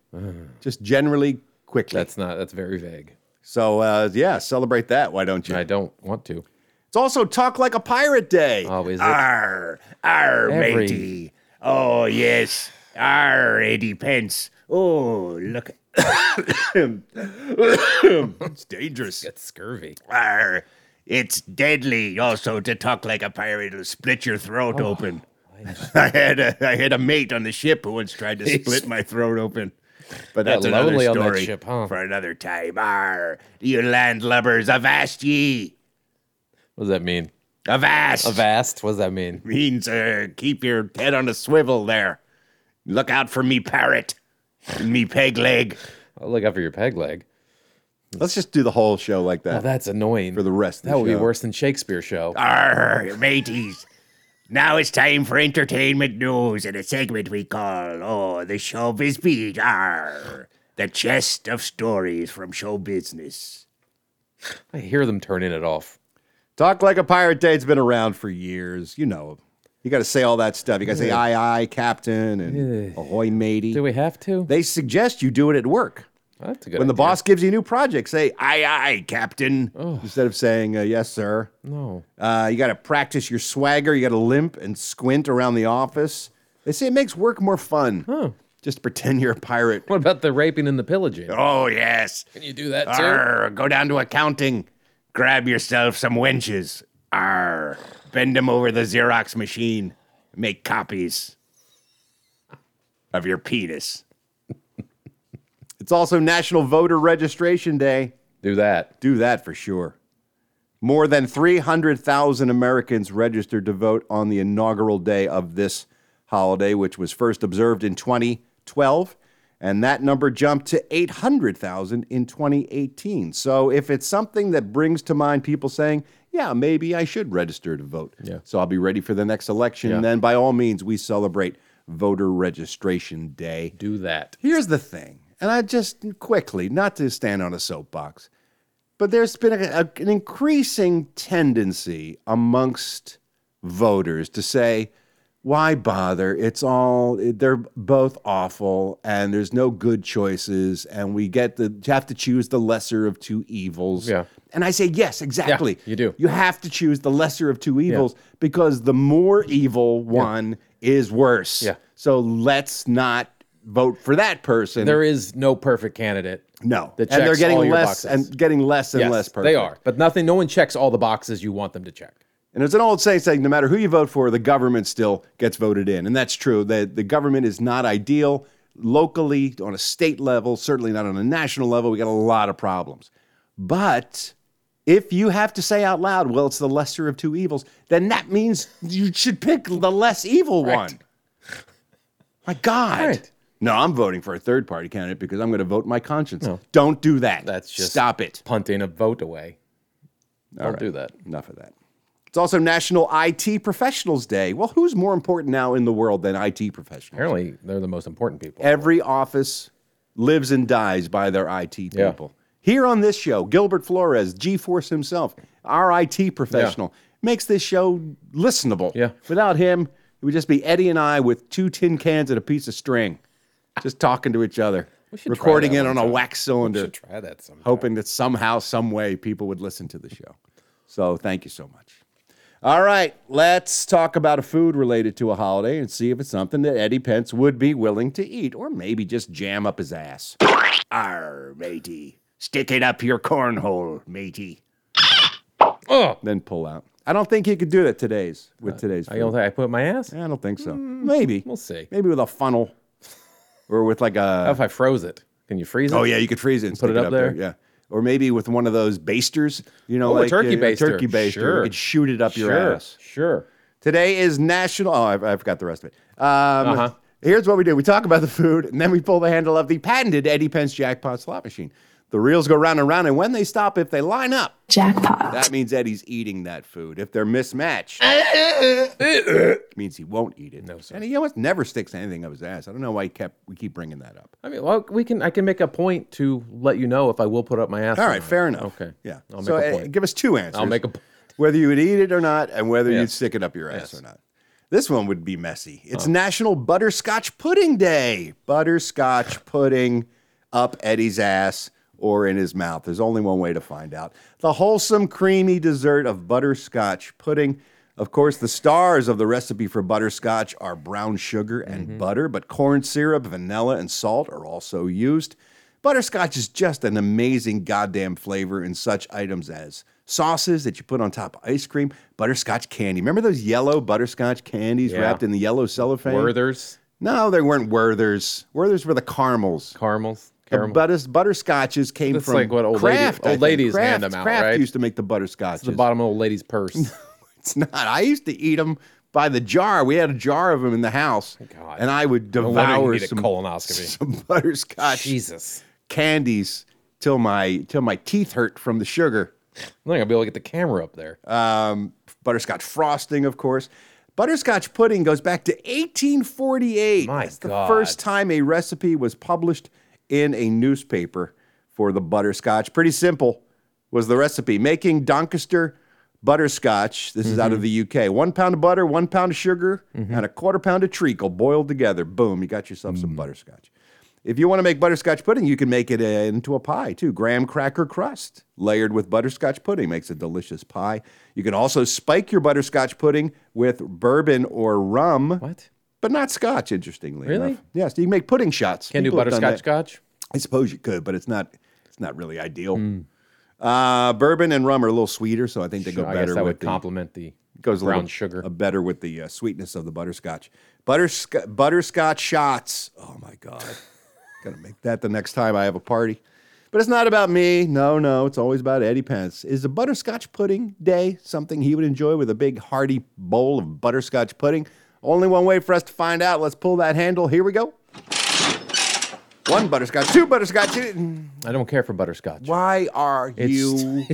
Just generally quickly. That's not. That's very vague. So uh, yeah, celebrate that. Why don't you? I don't want to. It's also Talk Like a Pirate Day. Always. Arr, arr, Every- matey. Oh, yes. Arr, 80 pence. Oh, look. it's dangerous. It's scurvy. Arr, it's deadly also to talk like a pirate. It'll split your throat Oh, open. I had a I had a mate on the ship who once tried to Jeez. split my throat open. But uh, Yeah, that's another lonely on story that ship, huh? for another time. Arr, you landlubbers, avast ye. What does that mean? Avast. Avast. What does that mean? means uh, keep your head on a swivel there. Look out for me parrot and me peg leg. I'll look out for your peg leg. Let's just do the whole show like Oh, that. that's annoying. For the rest of That the would be show. worse than Shakespeare show. Arr, mateys. Now it's time for entertainment news and a segment we call, oh, the showbiz beat. Arr, the chest of stories from show business. I hear them turning it off. Talk Like a Pirate Day's been around for years. You know, you got to say all that stuff. You got to say Yeah. aye, aye, captain, and ahoy, matey. Do we have to? They suggest you do it at work. That's a when the boss gives you a new project, say aye, aye, captain, instead of saying uh, yes, sir. No. Uh, you got to practice your swagger. You got to limp and squint around the office. They say it makes work more fun. Just pretend you're a pirate. What about the raping and the pillaging? Oh, yes. Can you do that too? Arr, go down to accounting. Grab yourself some wenches. Arr, bend them over the Xerox machine. Make copies of your penis. It's also National Voter Registration Day. Do that. Do that for sure. More than 300,000 Americans registered to vote on the inaugural day of this holiday, which was first observed in 2012. And that number jumped to 800,000 in 2018. So if it's something that brings to mind people saying, yeah, maybe I should register to vote. Yeah. So I'll be ready for the next election. Yeah. Then by all means, we celebrate Voter Registration Day. Do that. Here's the thing, and I just quickly, not to stand on a soapbox, but there's been a, a- an increasing tendency amongst voters to say, why bother? It's all, they're both awful and there's no good choices and we get the, have to choose the lesser of two evils. Yeah. And I say, yes, exactly. you do. You have to choose the lesser of two evils because the more evil one is worse. Yeah. So let's not vote for that person. There is no perfect candidate. No. That and they're checks all getting your boxes. less and getting less and Yes, less perfect. They are, but nothing. No one checks all the boxes you want them to check. And there's an old saying saying no matter who you vote for, the government still gets voted in. And that's true. The, the government is not ideal locally, on a state level, certainly not on a national level. We got a lot of problems. But if you have to say out loud, well, it's the lesser of two evils, then that means you should pick the less evil one. My God. No, I'm voting for a third party candidate because I'm going to vote my conscience. Don't do that. That's just stop it. Punting a vote away. All Don't right. do that. Enough of that. It's also National IT Professionals Day. Well, who's more important now in the world than IT professionals? Apparently, they're the most important people. Every office lives and dies by their IT Yeah. people. Here on this show, Gilbert Flores, G Force himself, our IT professional, makes this show listenable. Yeah. Without him, it would just be Eddie and I with two tin cans and a piece of string, just talking to each other, should try recording that it on one a time. wax cylinder. should try that sometime. Hoping that somehow, some way, people would listen to the show. So thank you so much. All right, let's talk about a food related to a holiday and see if it's something that Eddie Pence would be willing to eat, or maybe just jam up his ass. Arr, matey. Stick it up your cornhole, matey. Then pull out. I don't think he could do that today's with today's. Uh, I don't food. think I put my ass. I don't think so. Maybe we'll see. Maybe with a funnel, or with like a. if I froze it, can you freeze it? Oh yeah, you could freeze it and put stick it up, there. Yeah, or maybe with one of those basters. You know, Oh, a like uh, turkey baster. turkey baster. Sure. You could shoot it up your Sure, ass. Sure. Today is National. Oh, I, I forgot the rest of it. Um, Uh-huh. Here's what we do: we talk about the food, and then we pull the handle of the patented Eddie Pence jackpot slot machine. The reels go round and round, and when they stop, if they line up, jackpot. That means Eddie's eating that food. If they're mismatched, it means he won't eat it. No, sir. And he almost never sticks anything up his ass. I don't know why he kept we keep bringing that up. I mean, well, we can. I can make a point to let you know if I will put up my ass. All or right, not. fair enough. Okay. Yeah. I'll so make a uh, point. give us two answers. I'll make a. whether you would eat it or not, and whether you'd Yes. stick it up your ass or not. This one would be messy. It's National Butterscotch Pudding Day. Butterscotch pudding up Eddie's ass or in his mouth. There's only one way to find out. The wholesome, creamy dessert of butterscotch pudding. Of course, the stars of the recipe for butterscotch are brown sugar and butter, but corn syrup, vanilla, and salt are also used. Butterscotch is just an amazing goddamn flavor in such items as sauces that you put on top of ice cream, butterscotch candy. Remember those yellow butterscotch candies Yeah. wrapped in the yellow cellophane? Werther's. No, they weren't Werther's. Werther's were the caramels. Caramels. The butters, butterscotches came That's from like what old lady- Kraft, I old think. ladies hand Kraft- them out, Kraft right? used to make the butterscotches. the bottom of old lady's purse. It's not. I used to eat them by the jar. We had a jar of them in the house, and I would No wonder you devour need a some colonoscopy. some butterscotch. Jesus, candies till my till my teeth hurt from the sugar. I'm not gonna be able to get the camera up there. Um, butterscotch frosting, of course. Butterscotch pudding goes back to 1848. My That's the God. first time a recipe was published in a newspaper for the butterscotch. Pretty simple was the recipe. Making Doncaster butterscotch. This is out of the UK. One pound of butter, one pound of sugar, and a quarter pound of treacle boiled together. Boom, you got yourself some butterscotch. If you want to make butterscotch pudding, you can make it uh, into a pie too. Graham cracker crust layered with butterscotch pudding makes a delicious pie. You can also spike your butterscotch pudding with bourbon or rum. What? But not scotch, interestingly Really? enough. Yes, you can make pudding shots. Can't do People have done butterscotch that. I suppose you could, but it's not it's not really ideal. Hmm. Uh, bourbon and rum are a little sweeter, so I think they Sure, go I better guess that with would the, complement the goes a brown little, sugar. A better with the uh, sweetness of the butterscotch. Buttersc- butterscotch shots. Oh my god. Gonna make that the next time I have a party. But it's not about me. No, no, it's always about Eddie Pence. Is the butterscotch pudding day something he would enjoy with a big hearty bowl of butterscotch pudding? Only one way for us to find out. Let's pull that handle. Here we go. One butterscotch, two butterscotch. two- I don't care for butterscotch. Why are It's- you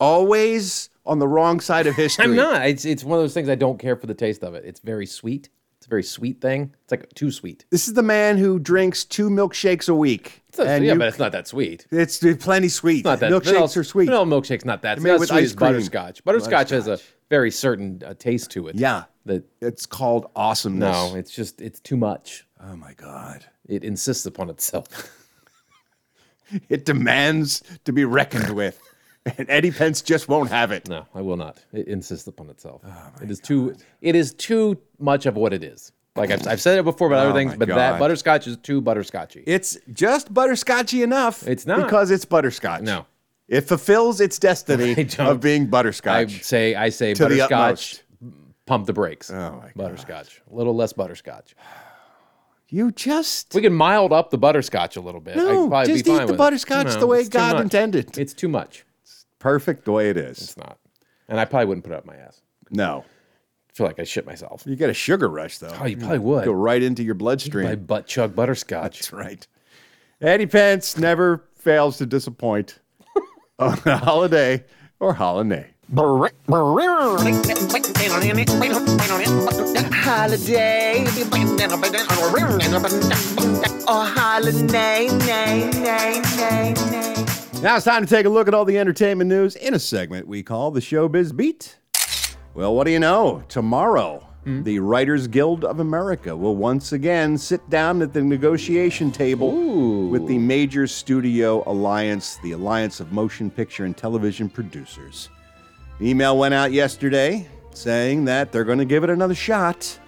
always on the wrong side of history? I'm not. It's it's one of those things I don't care for the taste of it. It's very sweet. It's a very sweet thing. It's like too sweet. This is the man who drinks two milkshakes a week. It's not- And yeah, you- but it's not that sweet. It's plenty sweet. It's not that Milkshakes vanilla- are sweet. Vanilla milkshakes not that. They're It's made not with sweet ice as cream. butterscotch. Butterscotch has a very certain uh, taste to it. Yeah, that it's called awesomeness. No, it's just it's too much. Oh my god! It insists upon itself. it demands to be reckoned with. And Eddie Pence just won't have it. No, I will not. It insists upon itself. Oh it is too. It is too much of what it is. Like I've, I've said it before about Oh other things, my but that God. butterscotch is too butterscotchy. It's just butterscotchy enough. It's not. because it's butterscotch. No. it fulfills its destiny don't. of being I butterscotch. say I say To the butterscotch. utmost. Pump the brakes. Oh my butterscotch. A little less butterscotch. You just we can mild up the butterscotch a little bit. No, I'd probably just be eat fine the with it. butterscotch the way it's too God much. intended. It's too much, Perfect the way it is. It's not. and I probably wouldn't put it up my ass. No. I feel like I shit myself. You get a sugar rush though. Oh, you probably would. Mm. Go right into your bloodstream. My butt chug butterscotch. That's right. Eddie Pence never fails to disappoint on a holiday or holiday. Holiday. Oh, holiday, nay, nay, nay, nay. Now it's time to take a look at all the entertainment news in a segment we call the Showbiz Beat. Well, what do you know? Tomorrow, the Writers Guild of America will once again sit down at the negotiation table with the Major Studio Alliance, the Alliance of Motion Picture and Television Producers. An email went out yesterday saying that they're going to give it another shot.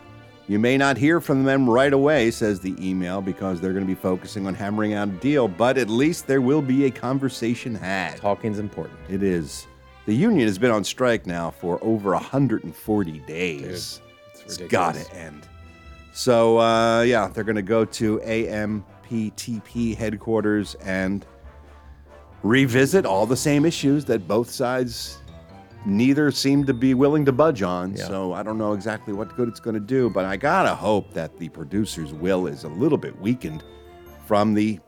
You may not hear from them right away, says the email, because they're going to be focusing on hammering out a deal, but at least there will be a conversation had. Talking's important. It is. The union has been on strike now for over 140 days. it's got ridiculous. to end. So, uh, yeah, they're going to go to AMPTP headquarters and revisit all the same issues that both sides neither seem to be willing to budge on. So I don't know exactly what good it's going to do, but I gotta hope that the producer's will is a little bit weakened from the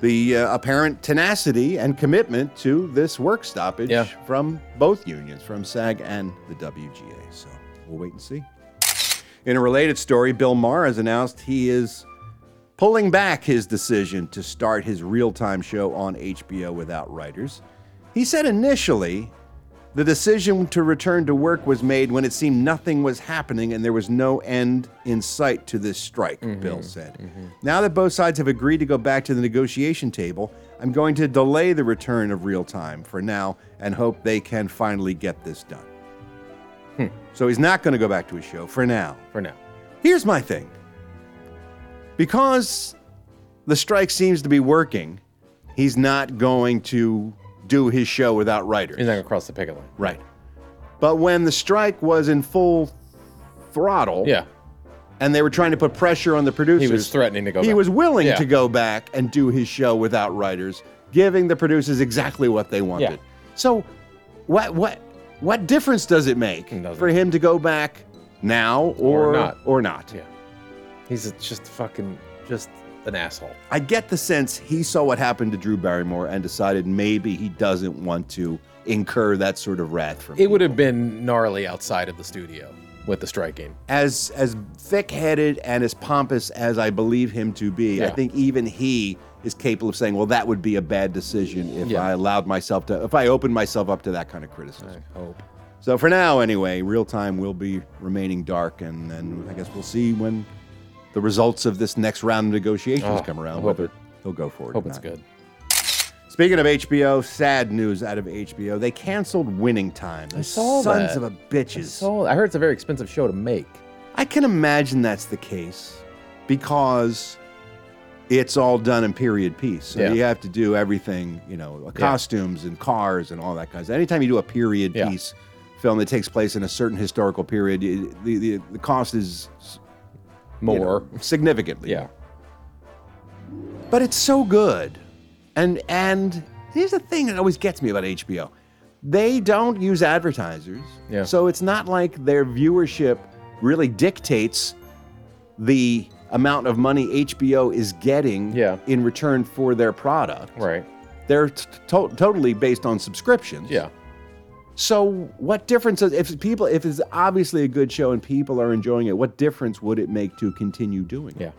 the uh, apparent tenacity and commitment to this work stoppage from both unions, from SAG and the WGA. So we'll wait and see. In a related story, Bill Maher has announced he is pulling back his decision to start his real time show on HBO without writers. He said initially the decision to return to work was made when it seemed nothing was happening and there was no end in sight to this strike, Bill said. Now that both sides have agreed to go back to the negotiation table, I'm going to delay the return of real time for now and hope they can finally get this done. So he's not going to go back to his show for now. For now. Here's my thing because the strike seems to be working, he's not going to do his show without writers. He's not going to cross the picket line. Right. But when the strike was in full throttle, Yeah. and they were trying to put pressure on the producers, He was threatening to go. he back. was willing Yeah. to go back and do his show without writers, giving the producers exactly what they wanted. So, what what what difference does it make for him to go back now or, Or not. Or not? Yeah. He's a- just fucking just an asshole. I get the sense he saw what happened to Drew Barrymore and decided maybe he doesn't want to incur that sort of wrath from It would have been gnarly outside of the studio with the striking. as as thick-headed and as pompous as I believe him to be, I Yeah. think even he is capable of saying, "Well, that would be a bad decision if I allowed myself to, if I opened myself up to that kind of criticism." I hope. So for now, anyway, real time will be remaining dark, and then I guess we'll see when the results of this next round of negotiations Oh, come I around hope whether it- he'll go for it. hope or it's not. good. Speaking of HBO, sad news out of HBO. They canceled Winning Time. I saw Sons that. of a bitches. I, I heard it's a very expensive show to make. I can imagine that's the case because it's all done in period piece. So Yeah. you have to do everything, you know, Yeah. costumes and cars and all that kind of stuff. Anytime you do a period piece film that takes place in a certain historical period, you- the, the, the cost is you know, More. significantly. Yeah. But it's so good. And and here's the thing that always gets me about HBO. They don't use advertisers. Yeah. So it's not like their viewership really dictates the amount of money HBO is getting in return for their product. Right. They're t- to- totally based on subscriptions. Yeah. So what difference does if people if it's obviously a good show and people are enjoying it, what difference would it make to continue doing it? Yeah.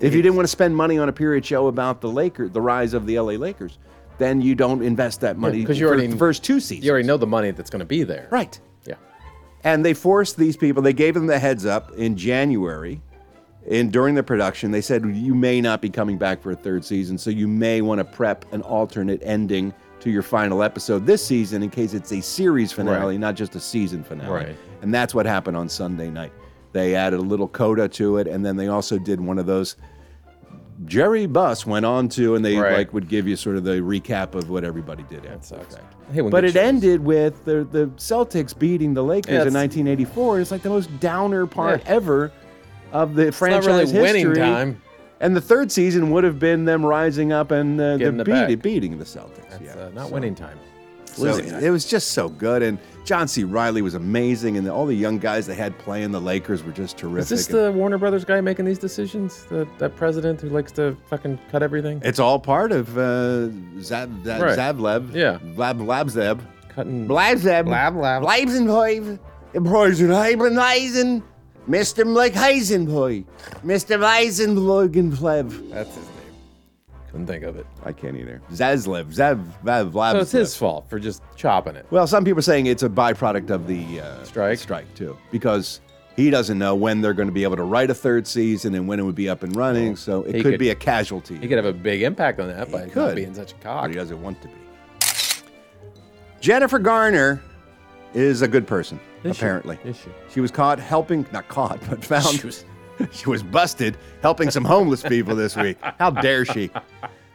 If you didn't want to spend money on a period show about the Lakers, the rise of the LA Lakers, then you don't invest that money because you for already the first two seasons. You already know the money that's going to be there. Right. Yeah. And they forced these people, they gave them the heads up in January and during the production. They said, you may not be coming back for a third season, so you may want to prep an alternate ending to your final episode this season in case it's a series finale, not just a season finale. Right. And that's what happened on Sunday night. They added a little coda to it, and then they also did one of those. Jerry Buss went on to, and they Right. like would give you sort of the recap of what everybody did. That sucks. Hey, when but good it ended with the, the Celtics beating the Lakers Yeah, in it's- 1984. It's like the most downer part Yeah. ever of the not franchise really winning history. time. And the third season would have been them rising up and uh, the Getting it beat, back. beating the Celtics. yeah, Uh, not so- winning time. so it was just so good, and John C. Riley was amazing, and all the young guys they had playing the Lakers were just terrific. Is this And- the Warner Brothers guy making these decisions? The, that president who likes to fucking cut everything? It's all part of uh, Zab, Zab, Right. Zablev. Yeah. Blab, Blabzeb. Cutting. Blabzeb. Blab, blab. Blabzenhoiv. Blabzenhoiv. Mr. Mike Heisenhoy. Mr. Heisenhoigenplev. That's his name. Couldn't think of it. I can't either. Zazlev. Zab, Vab, Blabzeb. So it's his fault for just chopping it. Well, some people are saying it's a byproduct of the uh, strike. Strike too, because he doesn't know when they're going to be able to write a third season and when it would be up and running. So it Oh. He could, could- be a casualty. He could have a big impact on that by could. not being such a cock. He doesn't want to be. Jennifer Garner is a good person, Is she? apparently. Is she? was caught helping, not caught, but found. She was, busted helping some homeless people this week. How dare she?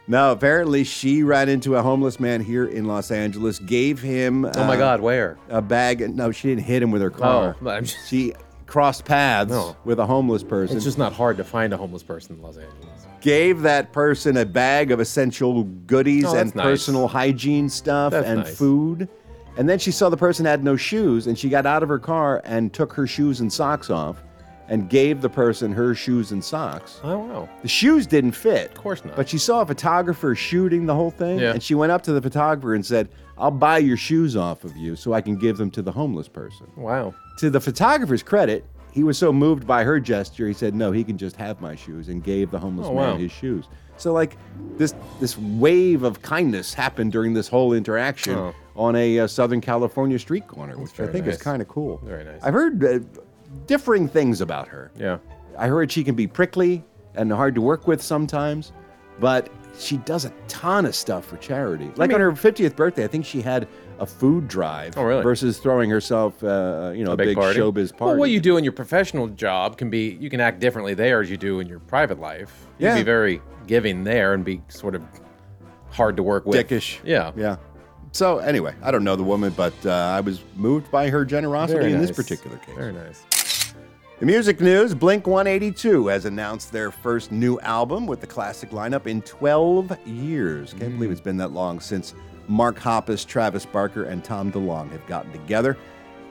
No, apparently she ran into a homeless man here in Los Angeles, gave him. uh, Oh my God, where? A bag. No, she didn't hit him with her car. Oh, I'm she crossed paths with a homeless person. It's just not hard to find a homeless person in Los Angeles. gave that person a bag of essential goodies Oh, that's and nice. personal hygiene stuff That's and nice. food. And then she saw the person had no shoes and she got out of her car and took her shoes and socks off and gave the person her shoes and socks. Oh, wow. The shoes didn't fit. Of course not. But she saw a photographer shooting the whole thing Yeah. and she went up to the photographer and said, "I'll buy your shoes off of you so I can give them to the homeless person." Wow. To the photographer's credit, he was so moved by her gesture, he said, "No, he can just have my shoes," and gave the homeless Oh, man wow. his shoes. So, like this, this wave of kindness happened during this whole interaction Oh. on a uh, Southern California street corner, which I very think is nice. kind of cool. Very nice. I've heard uh, differing things about her. Yeah. I heard she can be prickly and hard to work with sometimes, but she does a ton of stuff for charity. Like on mean- her 50th birthday, I think she had a food drive Oh, really? versus throwing herself, uh, you know, a, big, showbiz party. Well, what you do in your professional job can be you can act differently there as you do in your private life. You can Yeah. be very giving there and be sort of hard to work with. Dickish. Yeah. Yeah. So anyway, I don't know the woman, but uh, I was moved by her generosity Very in this nice. particular case. Very nice. In music news, Blink 182 has announced their first new album with the classic lineup in 12 years. Can't believe it's been that long since Mark Hoppus, Travis Barker, and Tom DeLonge have gotten together.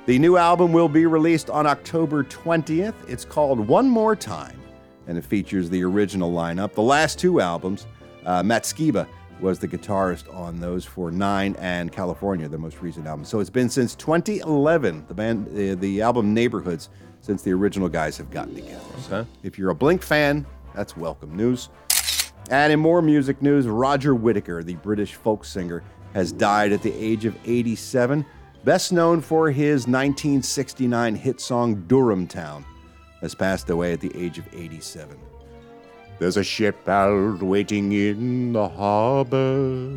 The new album will be released on October 20th. It's called One More Time, and it features the original lineup. The last two albums, uh, Matt Skiba was the guitarist on those for Nine and California, their most recent album. So it's been since 2011, the band, uh, the album Neighborhoods, since the original guys have gotten together. So if you're a Blink fan, that's welcome news. And in more music news, Roger Whittaker, the British folk singer, has died at the age of 87, best known for his 1969 hit song Durham Town, has passed away at the age of 87. There's a ship out waiting in the harbor.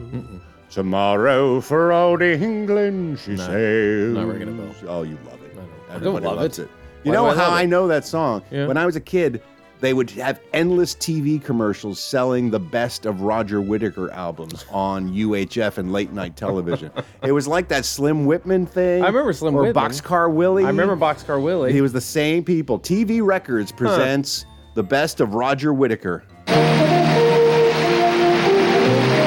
Tomorrow for old England she No, sails. not ringing a bell. Oh, you love it. I Everybody loves You Why know do how love I it? know that song? Yeah. When I was a kid, they would have endless TV commercials selling the best of Roger Whittaker albums on UHF and late night television. it was like that Slim Whitman thing. I remember Slim or Whitman. Boxcar Willie. I remember Boxcar Willie. He was the same people. TV Records presents the best of Roger Whittaker.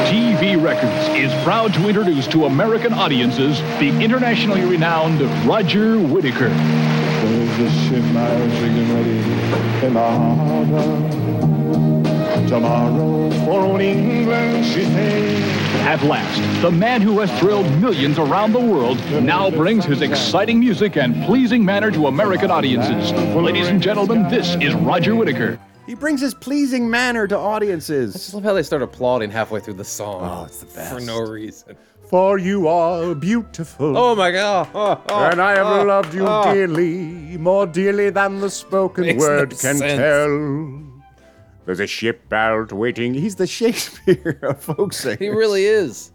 TV Records is proud to introduce to American audiences the internationally renowned Roger Whittaker. There's a ship out getting ready in the harbor. Tomorrow for old England she sails. At last, the man who has thrilled millions around the world now brings his exciting music and pleasing manner to American audiences. Ladies and gentlemen, this is Roger Whittaker. He brings his pleasing manner to audiences. I just love how they start applauding halfway through the song. Oh, it's the best. For no reason. For you are beautiful. Oh my God. Oh, oh, and I have oh, loved you oh. dearly, more dearly than the spoken Makes no word can sense. tell. There's a ship out waiting. He's the Shakespeare of folk singers. He really is.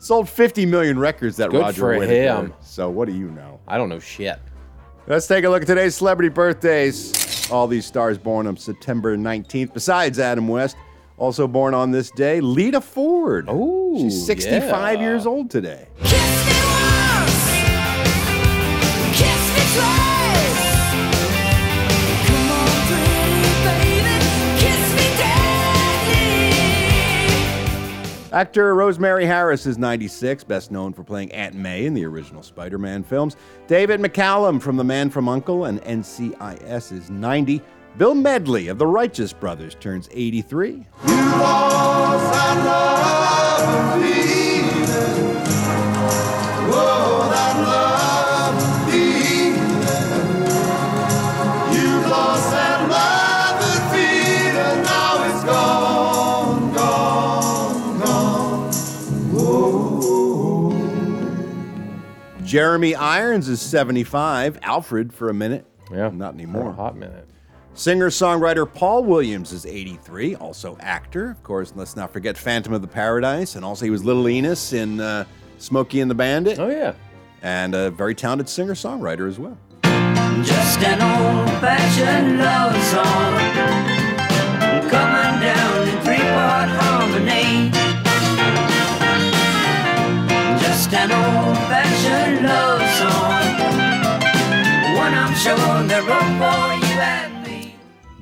Sold 50 million records that Good Roger for Whittaker. him. So what do you know? I don't know shit. Let's take a look at today's celebrity birthdays. All these stars born on September 19th, besides Adam West, also born on this day, Lita Ford. Oh, she's 65 yeah. years old today. Actor Rosemary Harris is 96, best known for playing Aunt May in the original Spider Man films. David McCallum from The Man from Uncle and NCIS is 90. Bill Medley of The Righteous Brothers turns 83. Oh, Jeremy Irons is 75. Alfred for a minute. Yeah. Not anymore. hot minute. Singer songwriter Paul Williams is 83, also actor. Of course, let's not forget Phantom of the Paradise, and also he was Little Enos in uh, Smokey and the Bandit. Oh, yeah. And a very talented singer songwriter as well. Just an old-fashioned love song Coming down in three-part harmony Just an old-fashioned love song One I'm sure they wrote for you and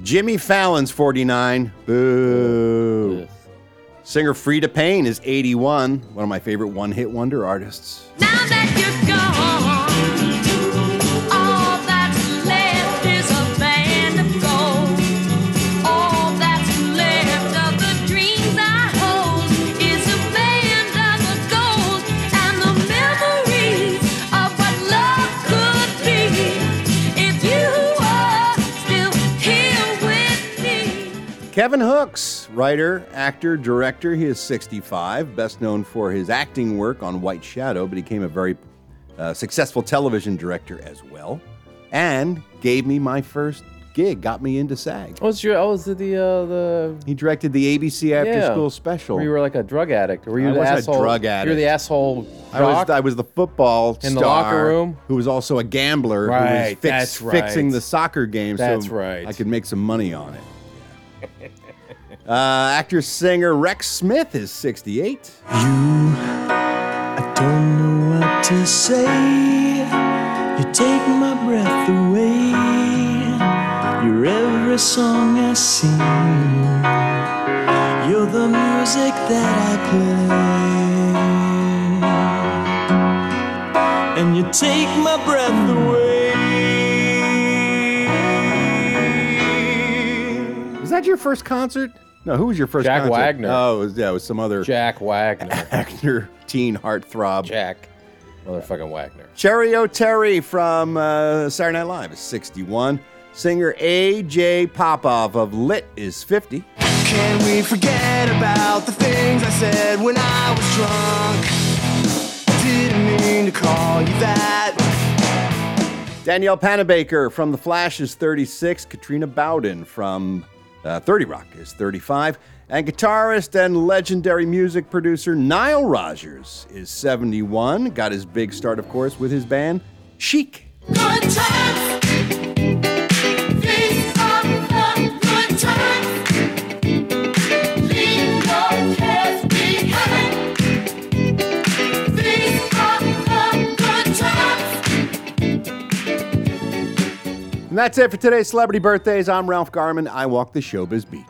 Jimmy Fallon's 49. Boo. Singer Frida Payne is 81, one of my favorite one hit wonder artists. All that's left is a band of gold. All that's left of the dreams I hold is a band of the gold and the memories of what love could be. If you are still here with me. Kevin Hooks, writer, actor, director. He is 65, best known for his acting work on White Shadow, but he became a very uh, successful television director as well. And gave me my first gig, got me into SAG. Oh, it's your, oh, is it the, uh, the. He directed the ABC After Yeah. School Special. Where you were like a drug addict. Or were you I the wasn't a asshole? drug You addict. were the asshole. I was, jock? I was the football In the star locker room? who was also a gambler who was Right, fix- that's fixing right. the soccer game That's so right. I could make some money on it. Uh, actor singer Rex Smith is 68. Don't know what to say. You take my breath away. You're every song I sing. You're the music that I play. And you take my breath away. that your first concert? No, who was your first? Jack concert? Wagner. Oh, it was, yeah, it was some other Jack Wagner, actor, teen heartthrob. Jack, motherfucking Wagner. Cherry O'Terry from uh, Saturday Night Live is 61. Singer A.J. Popov of Lit is 50. Can we forget about the things I said when I was drunk? Didn't mean to call you that. Danielle Panabaker from The Flash is 36. Katrina Bowden from uh, 30 Rock is 35. And guitarist and legendary music producer Nile Rodgers is 71. Got his big start, of course, with his band Chic. Good times. These are the good times. Leave your cares behind. These are the good times. And that's it for today's celebrity birthdays. I'm Ralph Garman. I walk the showbiz beat.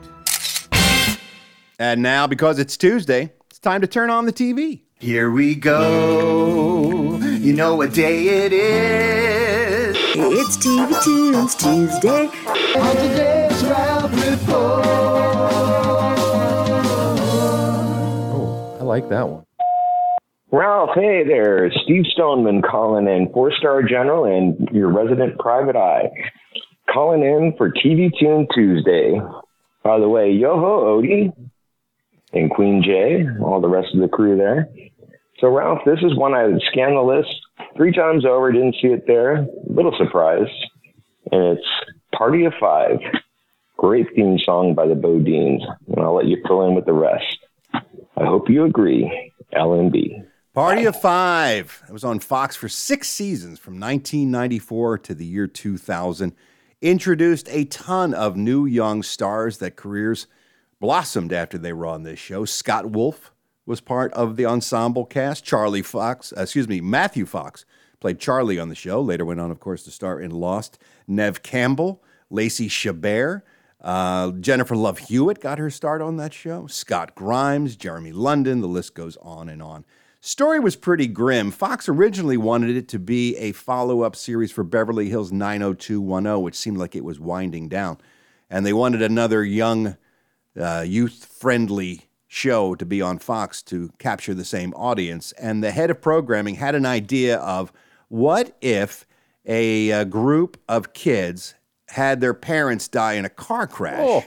And now, because it's Tuesday, it's time to turn on the TV. Here we go. You know what day it is. It's TV Tunes Tuesday. On today's Ralph Report. I like that one. Ralph, hey there. Steve Stoneman calling in, four star general and your resident private eye. Calling in for TV Tune Tuesday. By the way, yo ho, Odie and Queen Jay, all the rest of the crew there. So, Ralph, this is one I scanned the list three times over, didn't see it there. Little surprise. And it's Party of Five. Great theme song by the Bodines. And I'll let you fill in with the rest. I hope you agree. LMB. Party of Five. It was on Fox for six seasons from 1994 to the year 2000. Introduced a ton of new young stars that careers blossomed after they were on this show. Scott Wolf was part of the ensemble cast. Charlie Fox, uh, excuse me, Matthew Fox played Charlie on the show. Later went on, of course, to star in Lost. Nev Campbell, Lacey Chabert, uh, Jennifer Love Hewitt got her start on that show. Scott Grimes, Jeremy London, the list goes on and on. Story was pretty grim. Fox originally wanted it to be a follow up series for Beverly Hills 90210, which seemed like it was winding down. And they wanted another young, uh, youth friendly show to be on Fox to capture the same audience. And the head of programming had an idea of what if a, uh, group of kids had their parents die in a car crash?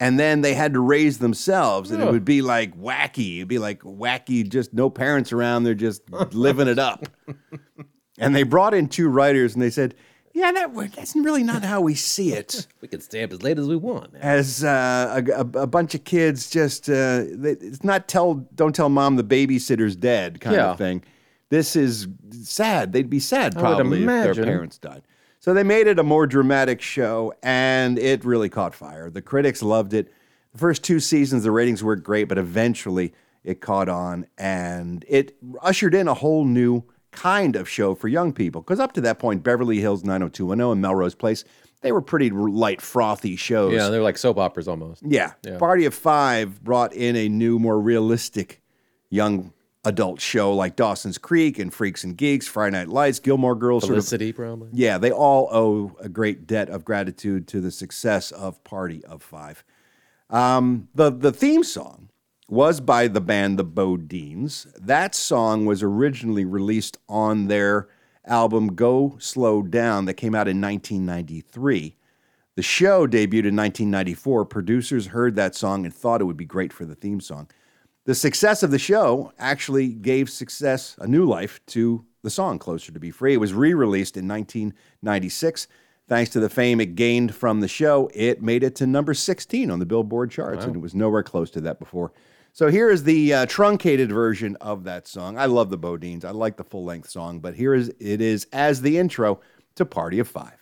and then they had to raise themselves and it Ugh. would be like wacky it'd be like wacky just no parents around they're just living it up and they brought in two writers and they said Yeah, that, that's really not how we see it. we can stay up as late as we want. as uh, a, a- a bunch of kids just uh, they, it's not tell don't tell mom the babysitter's dead kind Yeah. of thing this is sad they'd be sad I would probably if their imagine. parents died so they made it a more dramatic show and it really caught fire the critics loved it the first two seasons the ratings were great but eventually it caught on and it ushered in a whole new kind of show for young people because up to that point beverly hills 90210 and melrose place they were pretty light frothy shows Yeah, they're like soap operas almost. yeah. Yeah. Party of Five brought in a new, more realistic young adult show like Dawson's Creek and Freaks and Geeks, Friday Night Lights, Gilmore Girls. Felicity, sort of, probably. Yeah, they all owe a great debt of gratitude to the success of Party of Five. Um, the, the theme song was by the band The Bodines. That song was originally released on their album Go Slow Down that came out in 1993. The show debuted in 1994. Producers heard that song and thought it would be great for the theme song. The success of the show actually gave success a new life to the song Closer to Be Free. It was re released in 1996. Thanks to the fame it gained from the show, it made it to number 16 on the Billboard charts, Wow. and it was nowhere close to that before. So here is the uh, truncated version of that song. I love the Bodines. I like the full length song, but here is it is as the intro to Party of Five.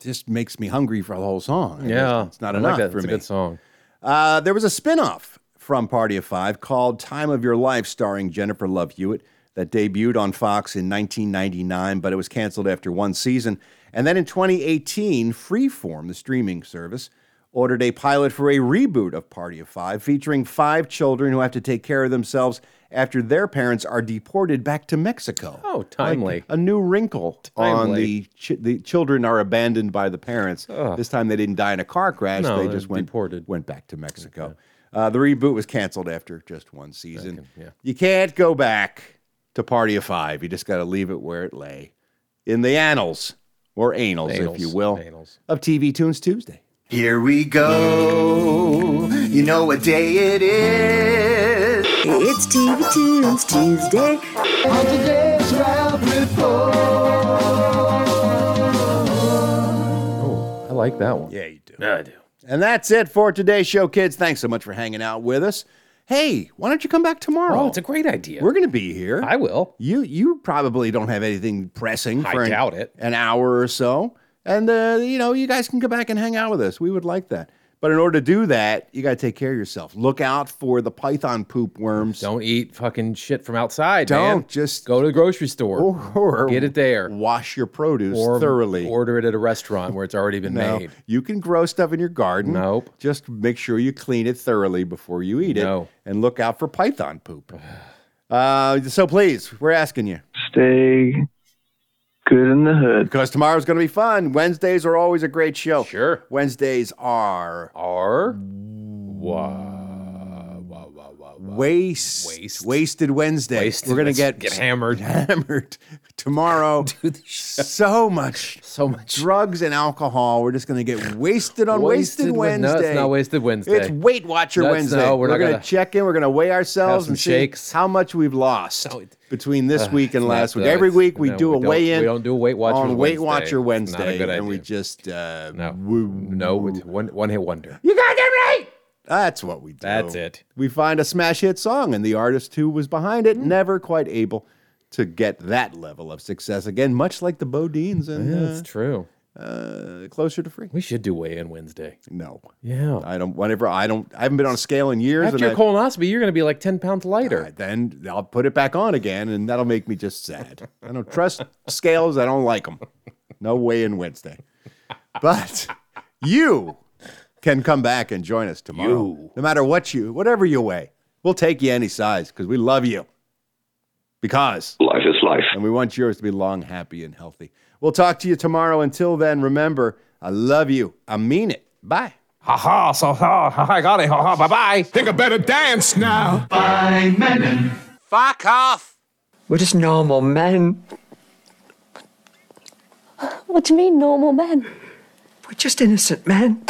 Just makes me hungry for the whole song. Yeah, it's not I like enough that. for It's a me. good song. Uh, there was a spinoff from Party of Five called Time of Your Life, starring Jennifer Love Hewitt, that debuted on Fox in 1999, but it was canceled after one season. And then in 2018, Freeform, the streaming service, ordered a pilot for a reboot of Party of Five, featuring five children who have to take care of themselves after their parents are deported back to Mexico. Oh, timely. Like a new wrinkle on Timely. the chi- the children are abandoned by the parents. Ugh. This time they didn't die in a car crash; No, they they're just went went back to Mexico. Uh, the reboot was canceled after just one season. You can't go back to Party of Five. You just got to leave it where it lay, in the annals or anals, if Anals, you will, of TV Tunes Tuesday. Here we go. You know what day it is. It's TV Tunes Tuesday. On today's Ralph I like that one. Yeah, you do. I do. And that's it for today's show, kids. Thanks so much for hanging out with us. Hey, why don't you come back tomorrow? Oh, it's a great idea. We're going to be here. I will. You you probably don't have anything pressing I for an, doubt it. an hour or so. And uh, you know, you guys can come back and hang out with us. We would like that. But in order to do that, you got to take care of yourself. Look out for the python poop worms. Don't eat fucking shit from outside. Don't man. just go to the grocery store or get it there. Wash your produce or thoroughly. Order it at a restaurant where it's already been No, made. you can grow stuff in your garden. Nope. Just make sure you clean it thoroughly before you eat No. it, and look out for python poop. Uh, so please, we're asking you. Stay good in the hood. Because tomorrow's going to be fun. Wednesdays are always a great show. Sure. Wednesdays are are waste, wasted Wednesday. We're going to Let's get get hammered. hammered tomorrow. so much, so much drugs and alcohol. We're just going to get wasted on wasted, Wasted Wed- no, Wednesday. it's not Wasted Wednesday. It's Weight Watcher No, it's- Wednesday. no, we're not going to gonna- check in. We're going to weigh ourselves some and see shakes. how much we've lost between this Ugh, week and it's not- last week. no, Every it's- week we no, do we a don't- weigh in. we don't do a Weight Watchers on Weight Wednesday. Watcher It's not a Wednesday, good and we idea. just uh, no, no, it's one one hit wonder. you got that right. That's what we do. That's it. We find a smash hit song, and the artist who was behind it Hmm. never quite able to get that level of success again, much like the Bodines and Yeah, uh, it's true. Uh, closer to free. We should do weigh in Wednesday. No. Yeah. I don't. Whenever I don't, I haven't been on a scale in years. After your I- colonoscopy, you're going to be like ten pounds lighter. I- then I'll put it back on again, and that'll make me just sad. I don't trust scales. I don't like them. No way in Wednesday. But you can come back and join us tomorrow. No matter what you, whatever you weigh, we'll take you any size because we love you. Because life is life. And we want yours to be long, happy, and healthy. We'll talk to you tomorrow. Until then, remember, I love you. I mean it. Bye. Ha ha, so ha, ha ha, got it, ha ha, bye bye. Think I better dance now. Bye, men. Fuck off. We're just normal men. What do you mean, normal men? We're just innocent men.